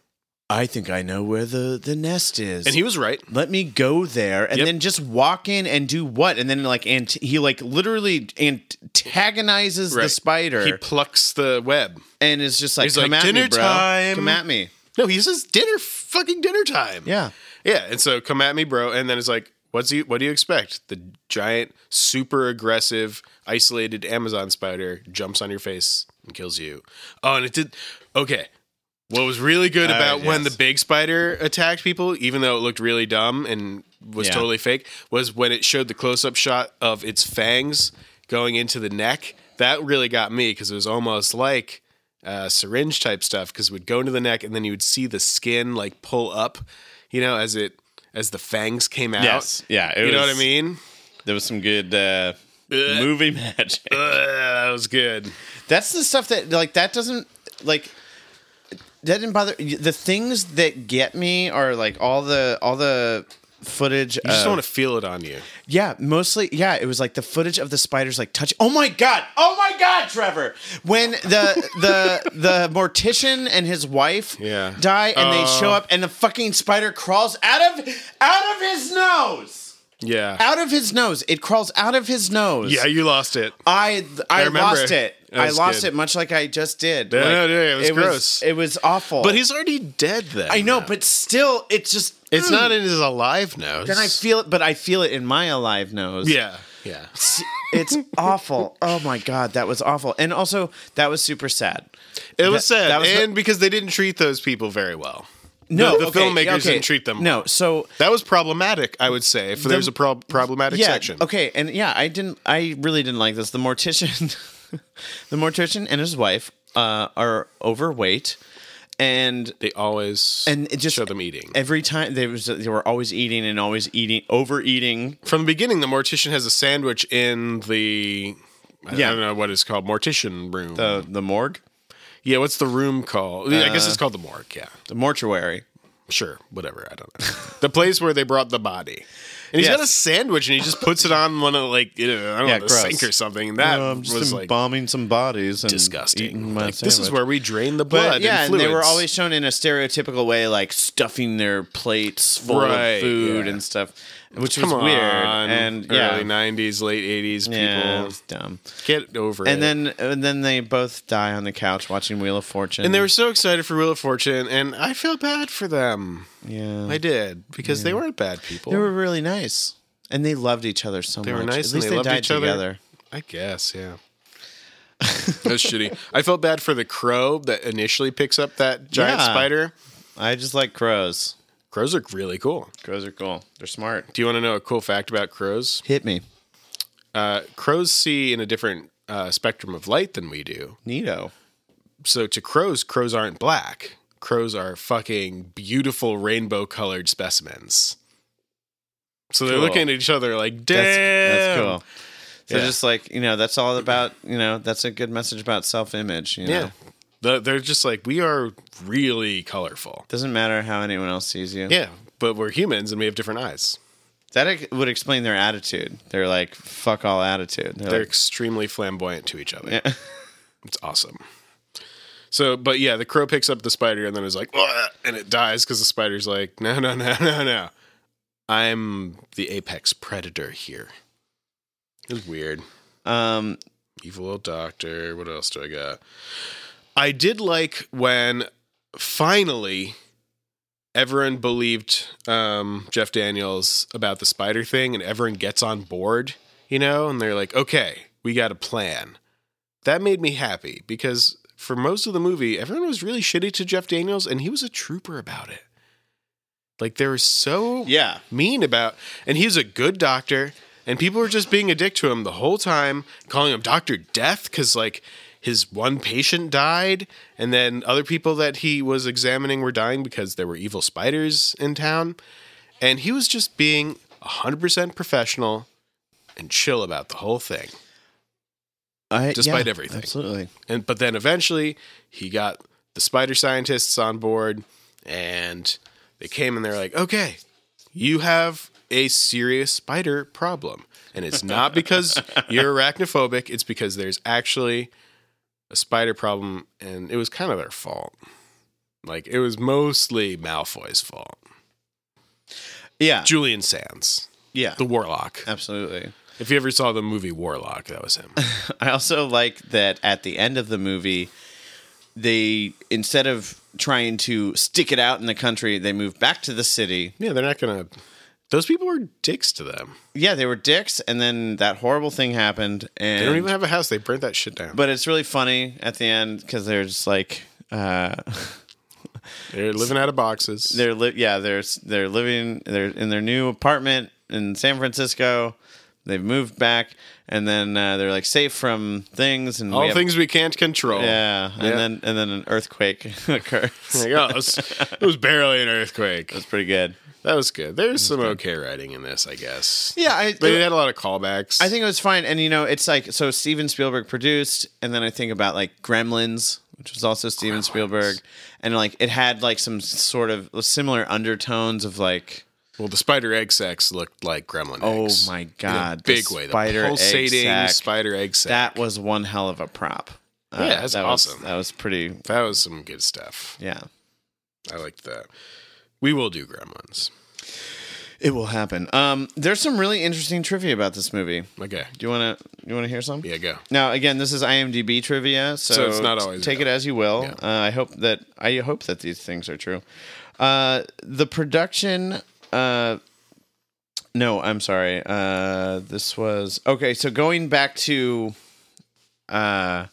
I think I know where the the nest is. And he was right. let me go there and Yep. then just walk in and do what and then like and he like literally antagonizes the Right. spider He plucks the web. and is just like He's come like, at me "Dinner bro time." come at me No, he says dinner, fucking dinner time. yeah Yeah, and so come at me, bro. And then it's like, what's you? What do you expect? The giant, super aggressive, isolated Amazon spider jumps on your face and kills you. Oh, and it did. Okay, what was really good about when the Uh, yes. big spider attacked people, even though it looked really dumb and was Yeah. totally fake, was when it showed the close-up shot of its fangs going into the neck. That really got me because it was almost like uh, syringe type stuff because it would go into the neck and then you would see the skin like pull up, you know, as it as the fangs came out. Yes. Yeah, it you know what was- I mean. there was some good uh, movie magic Ugh, that was good. that's the stuff that like that doesn't like that didn't bother the things that get me are like all the all the footage You just want to feel it on you. Yeah, mostly. Yeah, it was like the footage of the spiders like touch. Oh my god! Oh my god, Trevor! When the the the mortician and his wife Yeah. die and they Oh. show up and the fucking spider crawls out of out of his nose, Yeah. out of his nose. It crawls out of his nose. Yeah, you lost it. I I, I remember. lost it. That I was lost good. it much like I just did. Yeah, Like, no, yeah, it was gross. it was awful. But he's already dead then. I know, but still, it's just it's mm. not in his alive nose. And I feel it, but I feel it in my alive nose. Yeah. Yeah. it's awful. Oh my god, that was awful. And also, that was super sad. It was That- sad. that was the- and because they didn't treat those people very well. No, the okay, filmmakers okay. didn't treat them. No, so That was problematic, I would say, if there's a prob problematic yeah, section. okay, and yeah, I didn't. I really didn't like this. The mortician The mortician and his wife uh, are overweight, and They always and it just show them eating. every time they was they were always eating and always eating overeating. From the beginning, the mortician has a sandwich in the I Yeah. don't know what it's called mortician room. Uh, the morgue, yeah, what's the room called? I guess it's Uh, called the morgue. Yeah, the mortuary. sure, whatever. I don't know. the place where they brought the body. And he's got a Yes. sandwich, and he just puts it on one of the, like you know, I don't Yeah, know, the gross. sink or something. And that Uh, was like embalming some bodies and disgusting. eating my Like, this is sandwich. where we drain the blood. But yeah, and, and, they were fluids. always shown in a stereotypical way, like stuffing their plates full Right, of food yeah. and stuff, which Come was weird. on, And yeah, early '90s, late '80s people yeah, it's dumb. get over it. And then and then they both die on the couch watching Wheel of Fortune. and they were so excited for Wheel of Fortune, and I feel bad for them. yeah, I did because they weren't bad people. Mm. they were really nice, and they loved each other so They much. were nice At least and they they, loved died each other. together. I guess, yeah. That's shitty. I felt bad for the crow that initially picks up that giant Yeah. spider. I just like crows. Crows look really cool. Crows are cool. They're smart. Do you want to know a cool fact about crows? Hit me, Uh, crows see in a different uh, spectrum of light than we do. Nito. So to crows, crows aren't black. Crows are fucking beautiful rainbow colored specimens. So they're Cool. looking at each other like, damn. That's, that's cool. So Yeah. just like you know, that's all about you know. That's a good message about self-image. You know? Yeah. They're- They're just like, we are really colorful. doesn't matter how anyone else sees you. Yeah, but we're humans and we have different eyes. That ex- would explain their attitude. They're like, fuck all attitude. They're They're like, extremely flamboyant to each other. Yeah. It's awesome. So, but yeah, the crow picks up the spider and then is like, "Ugh," and it dies because the spider's like, no, no, no, no, no. I'm the apex predator here. It was weird. um, Evil old doctor. What else do I got? I did like when finally everyone believed um, Jeff Daniels about the spider thing, and everyone gets on board, you know, and they're like, okay, we got a plan. That made me happy because for most of the movie, everyone was really shitty to Jeff Daniels, and he was a trooper about it. Like they were so yeah. mean about and he's a good doctor and people were just being a dick to him the whole time calling him dr death because like his one patient died and then other people that he was examining were dying because there were evil spiders in town and he was just being 100% professional and chill about the whole thing I, Despite everything. Absolutely. and but then eventually he got the spider scientists on board and they came and they're like, "Okay, you have a serious spider problem." And it's not because you're arachnophobic, it's because there's actually a spider problem and it was kind of their fault. Like it was mostly Malfoy's fault. Yeah. Julian Sands, Yeah. the warlock. Absolutely. If you ever saw the movie Warlock, that was him. I also like that at the end of the movie, they, instead of trying to stick it out in the country, they move back to the city. yeah, they're not going to Those people were dicks to them. Yeah, they were dicks. And then that horrible thing happened. And They don't even have a house. They burnt that shit down. but it's really funny at the end because they're just like, uh, They're living out of boxes. they're li- yeah they're they're living they're in their new apartment in San Francisco. They've moved back, and then uh, they're like safe from things and we all have- things we can't control. Yeah, and Yeah. then and then an earthquake occurs. Like, oh, it, was, it was barely an earthquake. That's pretty good. That was good. There's some okay writing in this, I guess. Yeah, I But it had a lot of callbacks. I think it was fine. And you know, it's like so Steven Spielberg produced, and then I think about like Gremlins, which was also Steven Spielberg, and like it had like some sort of similar undertones of like. Well, the spider egg sex looked like gremlin Oh eggs. my In a god! the big way. The spider egg pulsating sac. spider egg sac. That, That was one hell of a prop. Uh, Yeah, that's that awesome. Was, that was pretty. was some good stuff. Yeah, I liked that. We will do gremlins. it will happen. Um, there's some really interesting trivia about this movie. Do Okay. you want to? You want to hear some? Yeah, go. Now, again, this is IMDb trivia, so, So it's not always take it available. as you will. Yeah. Uh, I hope that I hope that these things are true. Uh, the production. Uh, no, I'm sorry. Uh, this was okay. So going back to uh,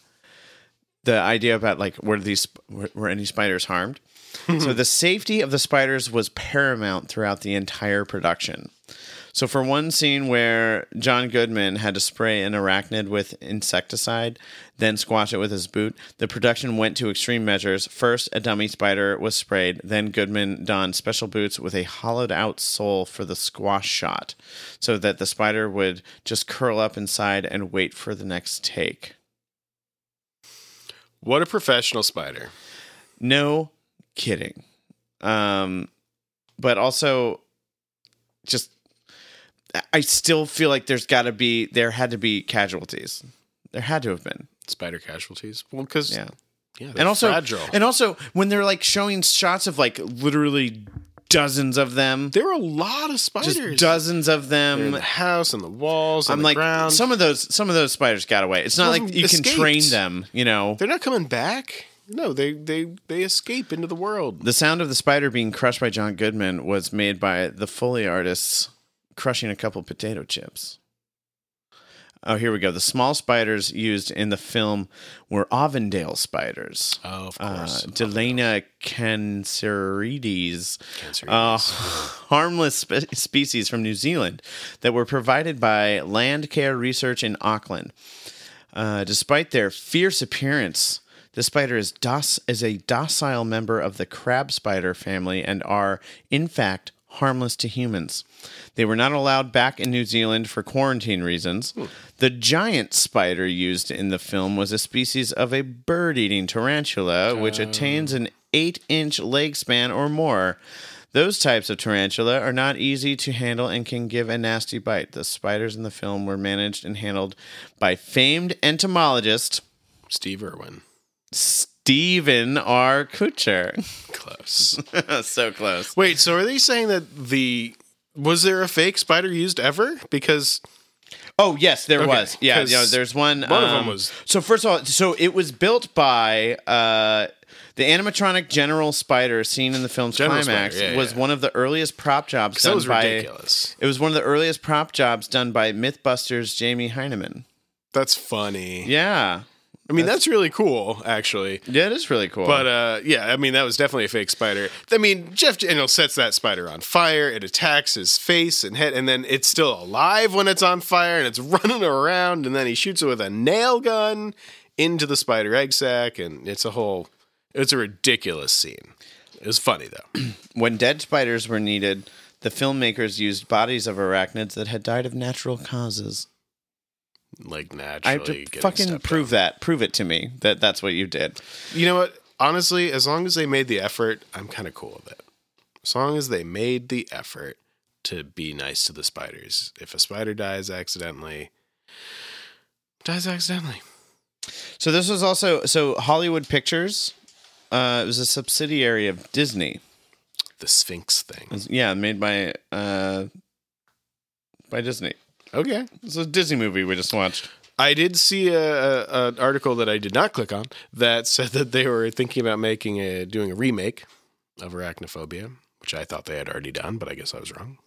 the idea about like were these were, were any spiders harmed? so the safety of the spiders was paramount throughout the entire production. So for one scene where John Goodman had to spray an arachnid with insecticide, then squash it with his boot, the production went to extreme measures. First, a dummy spider was sprayed, then Goodman donned special boots with a hollowed out sole for the squash shot, so that the spider would just curl up inside and wait for the next take. What a professional spider. No kidding. Um, but also, just I still feel like there's got to be there had to be casualties. There had to have been. Spider casualties. Well, because Yeah. yeah, they're and also fragile. and also when they're like showing shots of like literally dozens of them, there are a lot of spiders. just dozens of They're in them. the house and the walls. And Um, I'm the like ground. some of those some of those spiders got away. It's not Some like of you them can train escaped. them, you know. They're not coming back. No, they they they escape into the world. The sound of the spider being crushed by John Goodman was made by the Foley artists crushing a couple potato chips. Oh, here we go. The small spiders used in the film were Avondale spiders. Oh, of Uh, Delana cancerides, Cancerides. uh, harmless spe- species from New Zealand that were provided by Land Care Research in Auckland. Uh, despite their fierce appearance, this spider is, doc- is a docile member of the crab spider family and are, in fact, harmless to humans. They were not allowed back in New Zealand for quarantine reasons. The giant spider used in the film was a species of a bird eating tarantula, which attains an eight inch leg span or more. Those types of tarantula are not easy to handle and can give a nasty bite. The spiders in the film were managed and handled by famed entomologist Steve Irwin. Stephen R. Kutcher. Close. so close. Wait, so are they saying that the was there a fake spider used ever? Because Oh yes, there Okay, was. Yeah, 'cause yeah, there's one. one of them um, was- So first of all, so it was built by uh, the animatronic General Spider seen in the film's General climax Spider, yeah, was yeah. one of the earliest prop jobs that done was by. ridiculous. It was one of the earliest prop jobs done by MythBusters Jamie Heineman. That's funny. Yeah, I mean, that's really cool, actually. yeah, it is really cool. But uh, yeah, I mean that was definitely a fake spider. I mean Jeff Daniels sets that spider on fire. It attacks his face and head, and then it's still alive when it's on fire, and it's running around. And then he shoots it with a nail gun into the spider egg sac, and it's a whole. It's a ridiculous scene. It was funny though. when dead spiders were needed, the filmmakers used bodies of arachnids that had died of natural causes. Like I naturally, have to getting fucking stepped prove that. Prove it to me that that's what you did. on. You know what? Honestly, as long as they made the effort, I'm kind of cool with it. As long as they made the effort to be nice to the spiders. If a spider dies accidentally, dies accidentally. So this was also so Hollywood Pictures. Uh, it was a subsidiary of Disney. The Sphinx It thing. was- yeah, made by uh, by Disney. Okay. It's a Disney movie we just watched. I did see a, a, an article that I did not click on that said that they were thinking about making a doing a remake of Arachnophobia, which I thought they had already done, but I guess I was wrong.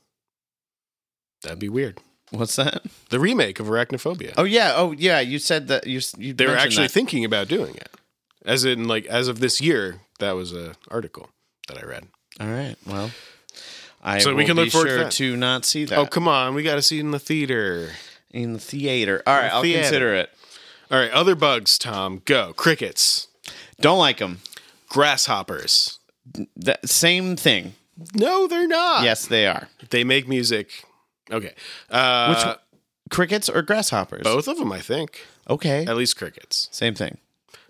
That'd be weird. What's that? The remake of Arachnophobia. Oh yeah, oh yeah. You said that you s- you they were mentioned actually that. thinking about doing it as in like as of this year that was a article that i read All right. Well, I So will we can be look forward to sure that. not see that oh come on we gotta see it in the theater in the theater. All right, I'll theater. consider it. all right other bugs tom go crickets Don't like them. grasshoppers That same thing. no they're not Yes, they are. they make music okay uh Crickets or grasshoppers? both of them i think Okay. at least crickets Same thing.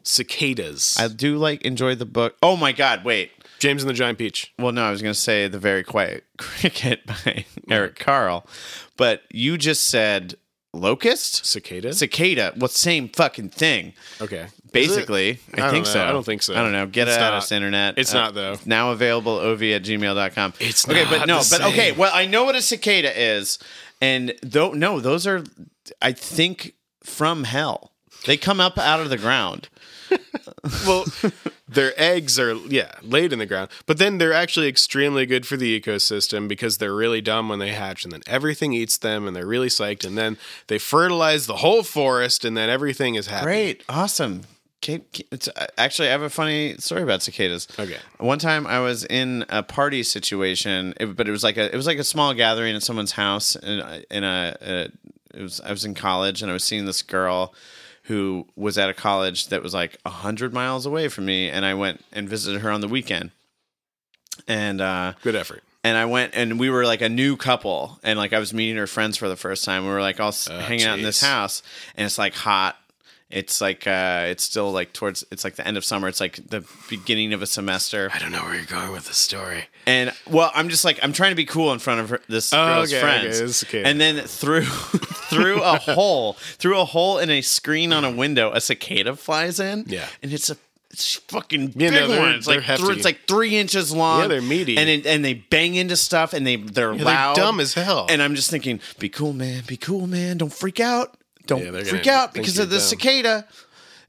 cicadas I do like enjoy the book. Oh my god, wait. james and the giant peach Well, no, I was going to say The Very Quiet Cricket by Eric Carl, but you just said locust? cicada Cicada. Well, same fucking thing. okay Is it? Basically, I, I don't think know. so. I don't think so. I don't know. Get It's it out not. of us, internet. Uh, It's not, though. Now available ov at gmail.com. It's okay, not but no, the but okay. same. Well, I know what a cicada is, and though no, those are I think from hell. They come up out of the ground. well their eggs are yeah laid in the ground but then they're actually extremely good for the ecosystem because they're really dumb when they hatch and then everything eats them and they're really psyched and then they fertilize the whole forest and then everything is happy Great, awesome. ca- ca- It's, uh, actually, I have a funny story about cicadas. Okay. One time, I was in a party situation, it- but it was like a it was like a small gathering at someone's house, and I- in a, a it was I was in college, and I was seeing this girl who was at a college that was like hundred miles away from me, and I went and visited her on the weekend, and uh, Good effort. and I went and we were like a new couple and like I was meeting her friends for the first time. We were like all s hanging out in this jeez. house and it's like hot. It's like uh it's still like towards it's like the end of summer. It's like the beginning of a semester. I don't know where you're going with the story. And well, I'm just like I'm trying to be cool in front of her, this Oh, girl's okay, friends. okay, this is okay. And then through through a hole, through a hole in a screen on a window, a cicada flies in. Yeah. and it's a it's fucking Yeah, big no, they're- one. It's like they're thr- hefty. it's like three inches long. Yeah, they're meaty. And it, and they bang into stuff, and they they're they're loud, dumb as hell. And I'm just thinking, be cool, man. Be cool, man. Don't freak out. Don't Yeah, they're gonna freak out think because you're of the dumb. cicada.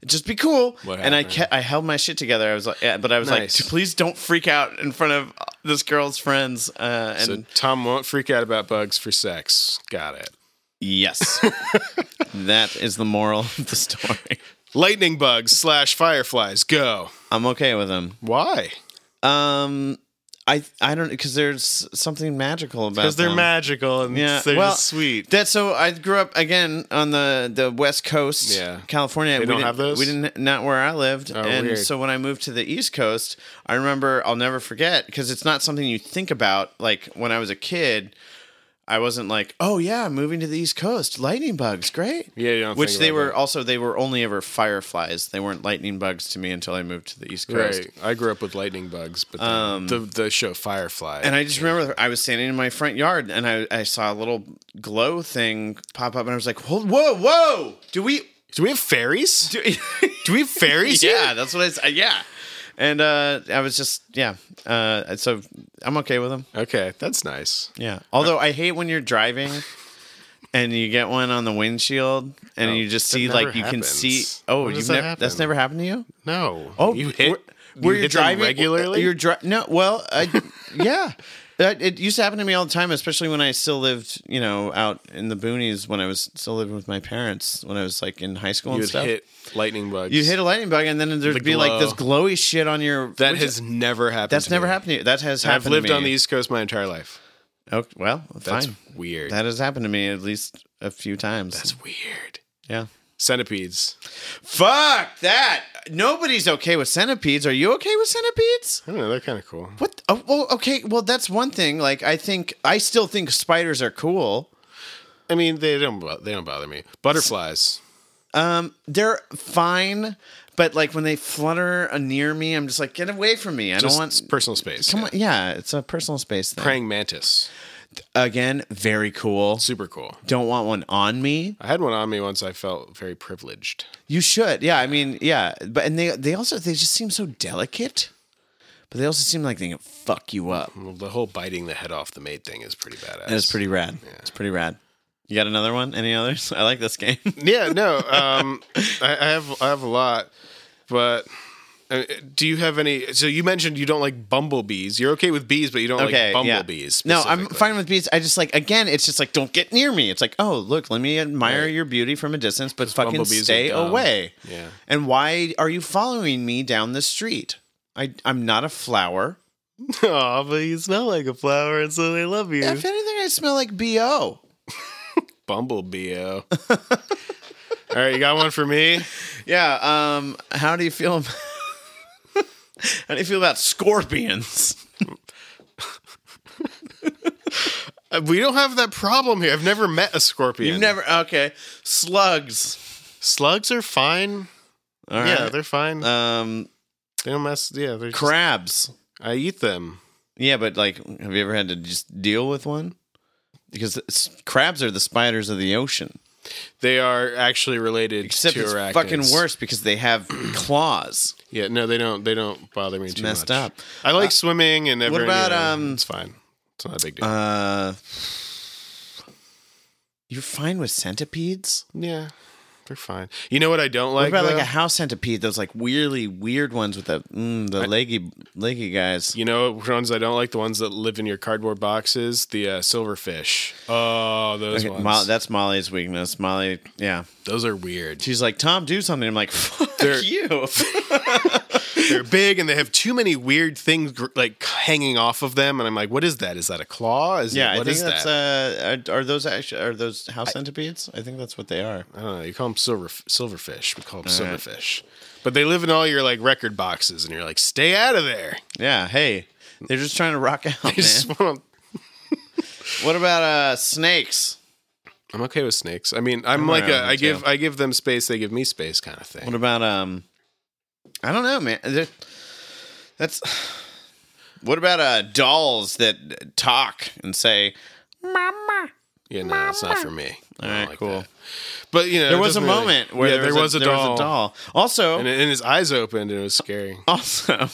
Just be cool. What and I happened? kept I held my shit together. I was like, yeah, but I was Nice. like, please don't freak out in front of this girl's friends. Uh, and So Tom won't freak out about bugs for sex. Got it. yes, that is the moral of the story. Lightning bugs slash fireflies. Go. I'm okay with them. Why? Um, I I don't because there's something magical about Because they're them. magical and Yeah, they're well, just sweet. That's so. I grew up again on the the West Coast, Yeah. California. They don't didn't- have those? Oh, We didn't not where I lived, and weird. so when I moved to the East Coast, I remember I'll never forget because it's not something you think about. Like when I was a kid, I wasn't like, oh yeah, I'm moving to the East Coast, lightning bugs, great. Yeah, you don't Which think they about were that. also they were only ever fireflies. They weren't lightning bugs to me until I moved to the East Coast. Right. I grew up with lightning bugs, but the, the, the show Firefly. Um, And I just remember I was standing in my front yard and I, I saw a little glow thing pop up and I was like, whoa, whoa, whoa. Do we? do we have fairies? Do, Do we have fairies? yeah, here? that's what I said. Yeah. And uh, I was just, yeah. Uh, so I'm okay with them. Okay, that's nice. Yeah. Although I hate when you're driving and you get one on the windshield and you just that see, never like, you can see. happens. Oh, When does you've that never, that's happen? never happened to you? No. Oh, you hit. where- you where you're hit them driving regularly. You're dri- no, well, I, yeah, that, it used to happen to me all the time, especially when I still lived, you know, out in the boonies when I was still living with my parents when I was like in high school and You'd stuff. hit lightning bugs. You'd hit a lightning bug, and then there'd The be like this glowy shit on your. That which- has never happened. that's to never me. happened to you. That has And happened. I've lived to me. on the East Coast my entire life. Oh, well, That's fine. weird. That has happened to me at least a few times. that's weird. yeah. Centipedes. Fuck that. Nobody's okay with centipedes. Are you okay with centipedes? I don't know. They're kind of cool. What? Oh, well, okay. Well, that's one thing. Like, I think I still think spiders are cool. I mean, they don't. bo- They don't bother me. Butterflies. Um, they're fine, but like when they flutter uh, near me, I'm just like, get away from me. I Just don't want. personal space. Come yeah. on, yeah, it's a personal space thing. Praying mantis. Again, very cool. Super cool. Don't want one on me. I had one on me once. I felt very privileged. You should. Yeah, I mean, yeah, but and they they also they just seem so delicate, but they also seem like they can fuck you up. Well, the whole biting the head off the mate thing is pretty badass. And it's pretty rad. It's pretty rad. You got another one? Any others? I like this game. Yeah. No. Um. I, I have. I have a lot, but. uh, Do you have any? So you mentioned you don't like bumblebees. You're okay with bees, but you don't okay, like yeah. bumblebees. No, I'm specifically. fine with bees. I just like again, it's just like don't get near me. It's like oh look, let me admire Right. your beauty from a distance, but fucking bumblebees are stay dumb. away. Yeah. And why are you following me down the street? I I'm not a flower. Aw, but you smell like a flower, and so they love you. If anything, I smell like bo. Bumblebee. All right, you got one for me? Yeah. Um. How do you feel? ab- how do you feel about scorpions? Uh, We don't have that problem here. I've never met a scorpion. You never okay. Slugs. Slugs are fine. All yeah, right. they're fine. um. they don't mess. Yeah, they're just- Crabs. I eat them. Yeah, but like, have you ever had to just deal with one? Because s- crabs are the spiders of the ocean. They are actually related Except to it's arachnids. fucking worse because they have claws. Yeah, no, they don't. They don't bother me too messed much. up. Uh, I like swimming and everything. about, yeah, um, It's fine. It's not a big deal. Uh, you're fine with centipedes? yeah, They're fine. You know what I don't What like? about though? like a house centipede? Those like weirdly weird ones with the mm, the leggy leggy guys. you know what ones I don't like? The ones that live in your cardboard boxes. The uh, silverfish. Oh, those Okay, ones. Mo- that's Molly's weakness. Molly, yeah, those are weird. she's like Tom, do something. I'm like, fuck They're- you. They're big and they have too many weird things gr- like hanging off of them. And I'm like, what is that? Is that a claw? Is yeah, it, I what think is that's that? uh, are, are those actually are those house centipedes? I think that's what they are. I don't know. You call them silver silverfish. We call them silverfish. But they live in all your like record boxes, and you're like, stay out of there. Yeah, hey, they're just trying to rock out, man. I just wanna- What about uh snakes? I'm okay with snakes. I mean, I'm, like alright with a, them, I give too. I give them space, they give me space, kind of thing. What about um? I don't know, man. There- That's. What about uh dolls that talk and say? Yeah, no, it's not for me. I All don't right, like cool. that. But you know, There it was a doesn't really- moment where yeah, there, was, a, there was a doll. Also, and, and his eyes opened, and it was scary. also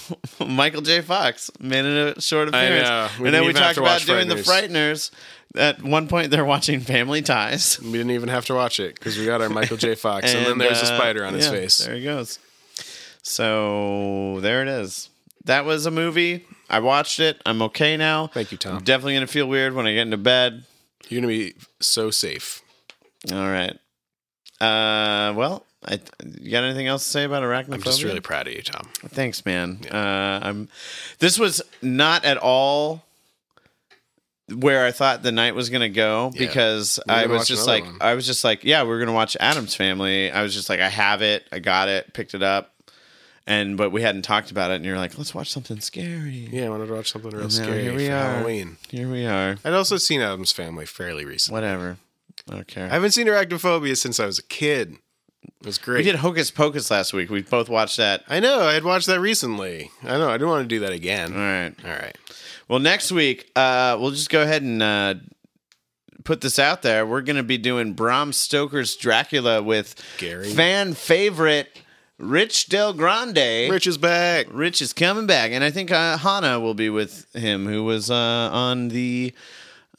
Michael J. Fox made a short I appearance. know. We and then didn't we even have talked to about watch doing the Frighteners. At one point, they're watching Family Ties. We didn't even have to watch it because we got our Michael J. Fox, and, then And, there's a uh, spider on his yeah, face. There he goes. So there it is. That was a movie. I watched it. I'm okay now. Thank you, Tom. I'm definitely gonna feel weird when I get into bed. You're gonna be so safe. All right. Uh, well, I you got anything else to say about arachnophobia? I'm just really proud of you, Tom. Thanks, man. Uh, I'm. This was not at all where I thought the night was gonna go Yeah. because We're I gonna was watch just another like, one. I was just like, yeah, we're gonna watch Adam's Family. I was just like, I have it, I got it, picked it up, and but we hadn't talked about it, and you're like, let's watch something scary. Yeah, I wanted to watch something real And now scary here for we are. Halloween. Here we are. I'd also seen Adam's Family fairly recently. Whatever. I don't care. I haven't seen Arachnophobia since I was a kid. It was great. we did Hocus Pocus last week. We both watched that. I know. I had watched that recently. I know. I didn't want to do that again. All right. All right. Well, next week, uh, we'll just go ahead and uh, put this out there. We're going to be doing Bram Stoker's Dracula with Gary. fan favorite Rich Del Grande. Rich is back. Rich is coming back, and I think uh, Hana will be with him, who was uh, on the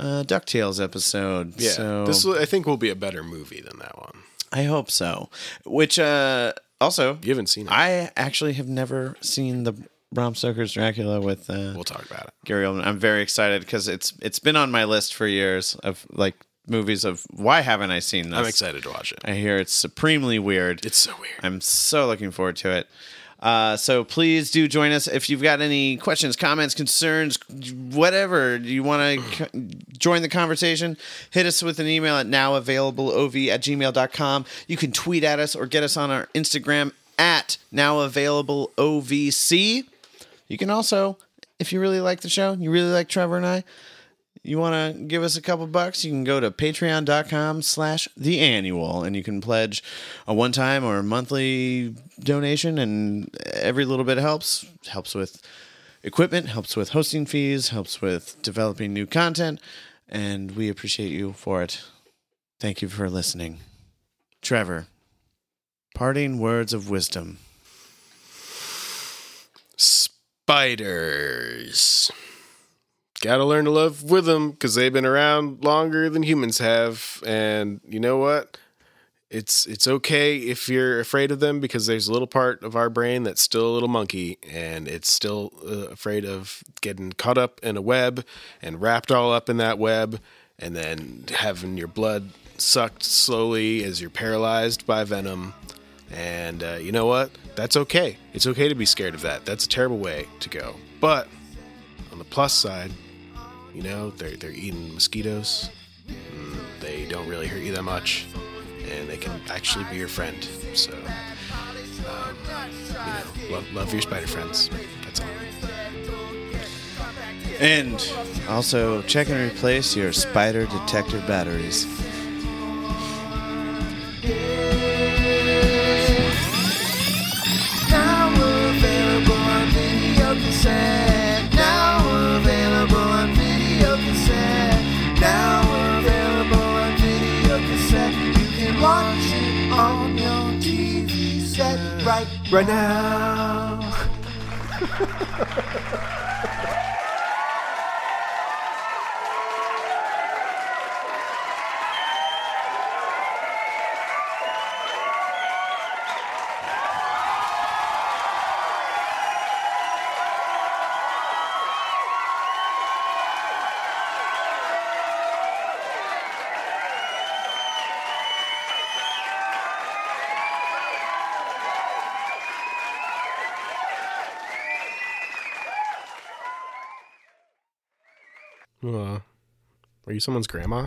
uh, Ducktales episode. Yeah. so This will, I think will be a better movie than that one. I hope so. Which uh, also, You haven't seen it. I actually have never seen the Bram Stoker's Dracula with. Uh, we'll talk about it. Gary Oldman. I'm very excited because it's it's been on my list for years of like movies of why haven't I seen this? I'm excited to watch it. I hear it's supremely weird. It's so weird. I'm so looking forward to it. Uh, so please do join us if you've got any questions, comments, concerns, whatever you want to co- join the conversation. Hit us with an email at nowavailablelov at gmail.com. You can tweet at us or get us on our Instagram at nowavailablelovc. You can also, if you really like the show, you really like Trevor and I, you want to give us a couple bucks you can go to patreon.com slash the annual and you can pledge a one-time or monthly donation and every little bit helps helps with equipment helps with hosting fees helps with developing new content and we appreciate you for it thank you for listening trevor parting words of wisdom Spiders. Gotta learn to love with them because they've been around longer than humans have. And you know what? It's it's okay if you're afraid of them because there's a little part of our brain that's still a little monkey and it's still uh, afraid of getting caught up in a web and wrapped all up in that web and then having your blood sucked slowly as you're paralyzed by venom. And uh, you know what? That's okay. It's okay to be scared of that. That's a terrible way to go. But on the plus side, you know, they're, they're eating mosquitoes. Mm, They don't really hurt you that much. And they can actually be your friend. So, um, you know, love, love your spider friends. That's all. and also check and replace your spider detector batteries Now available on video cassette. Now available on video cassette. Now available on video cassette. You can watch it on your TV set right, right now. Uh, are you someone's grandma?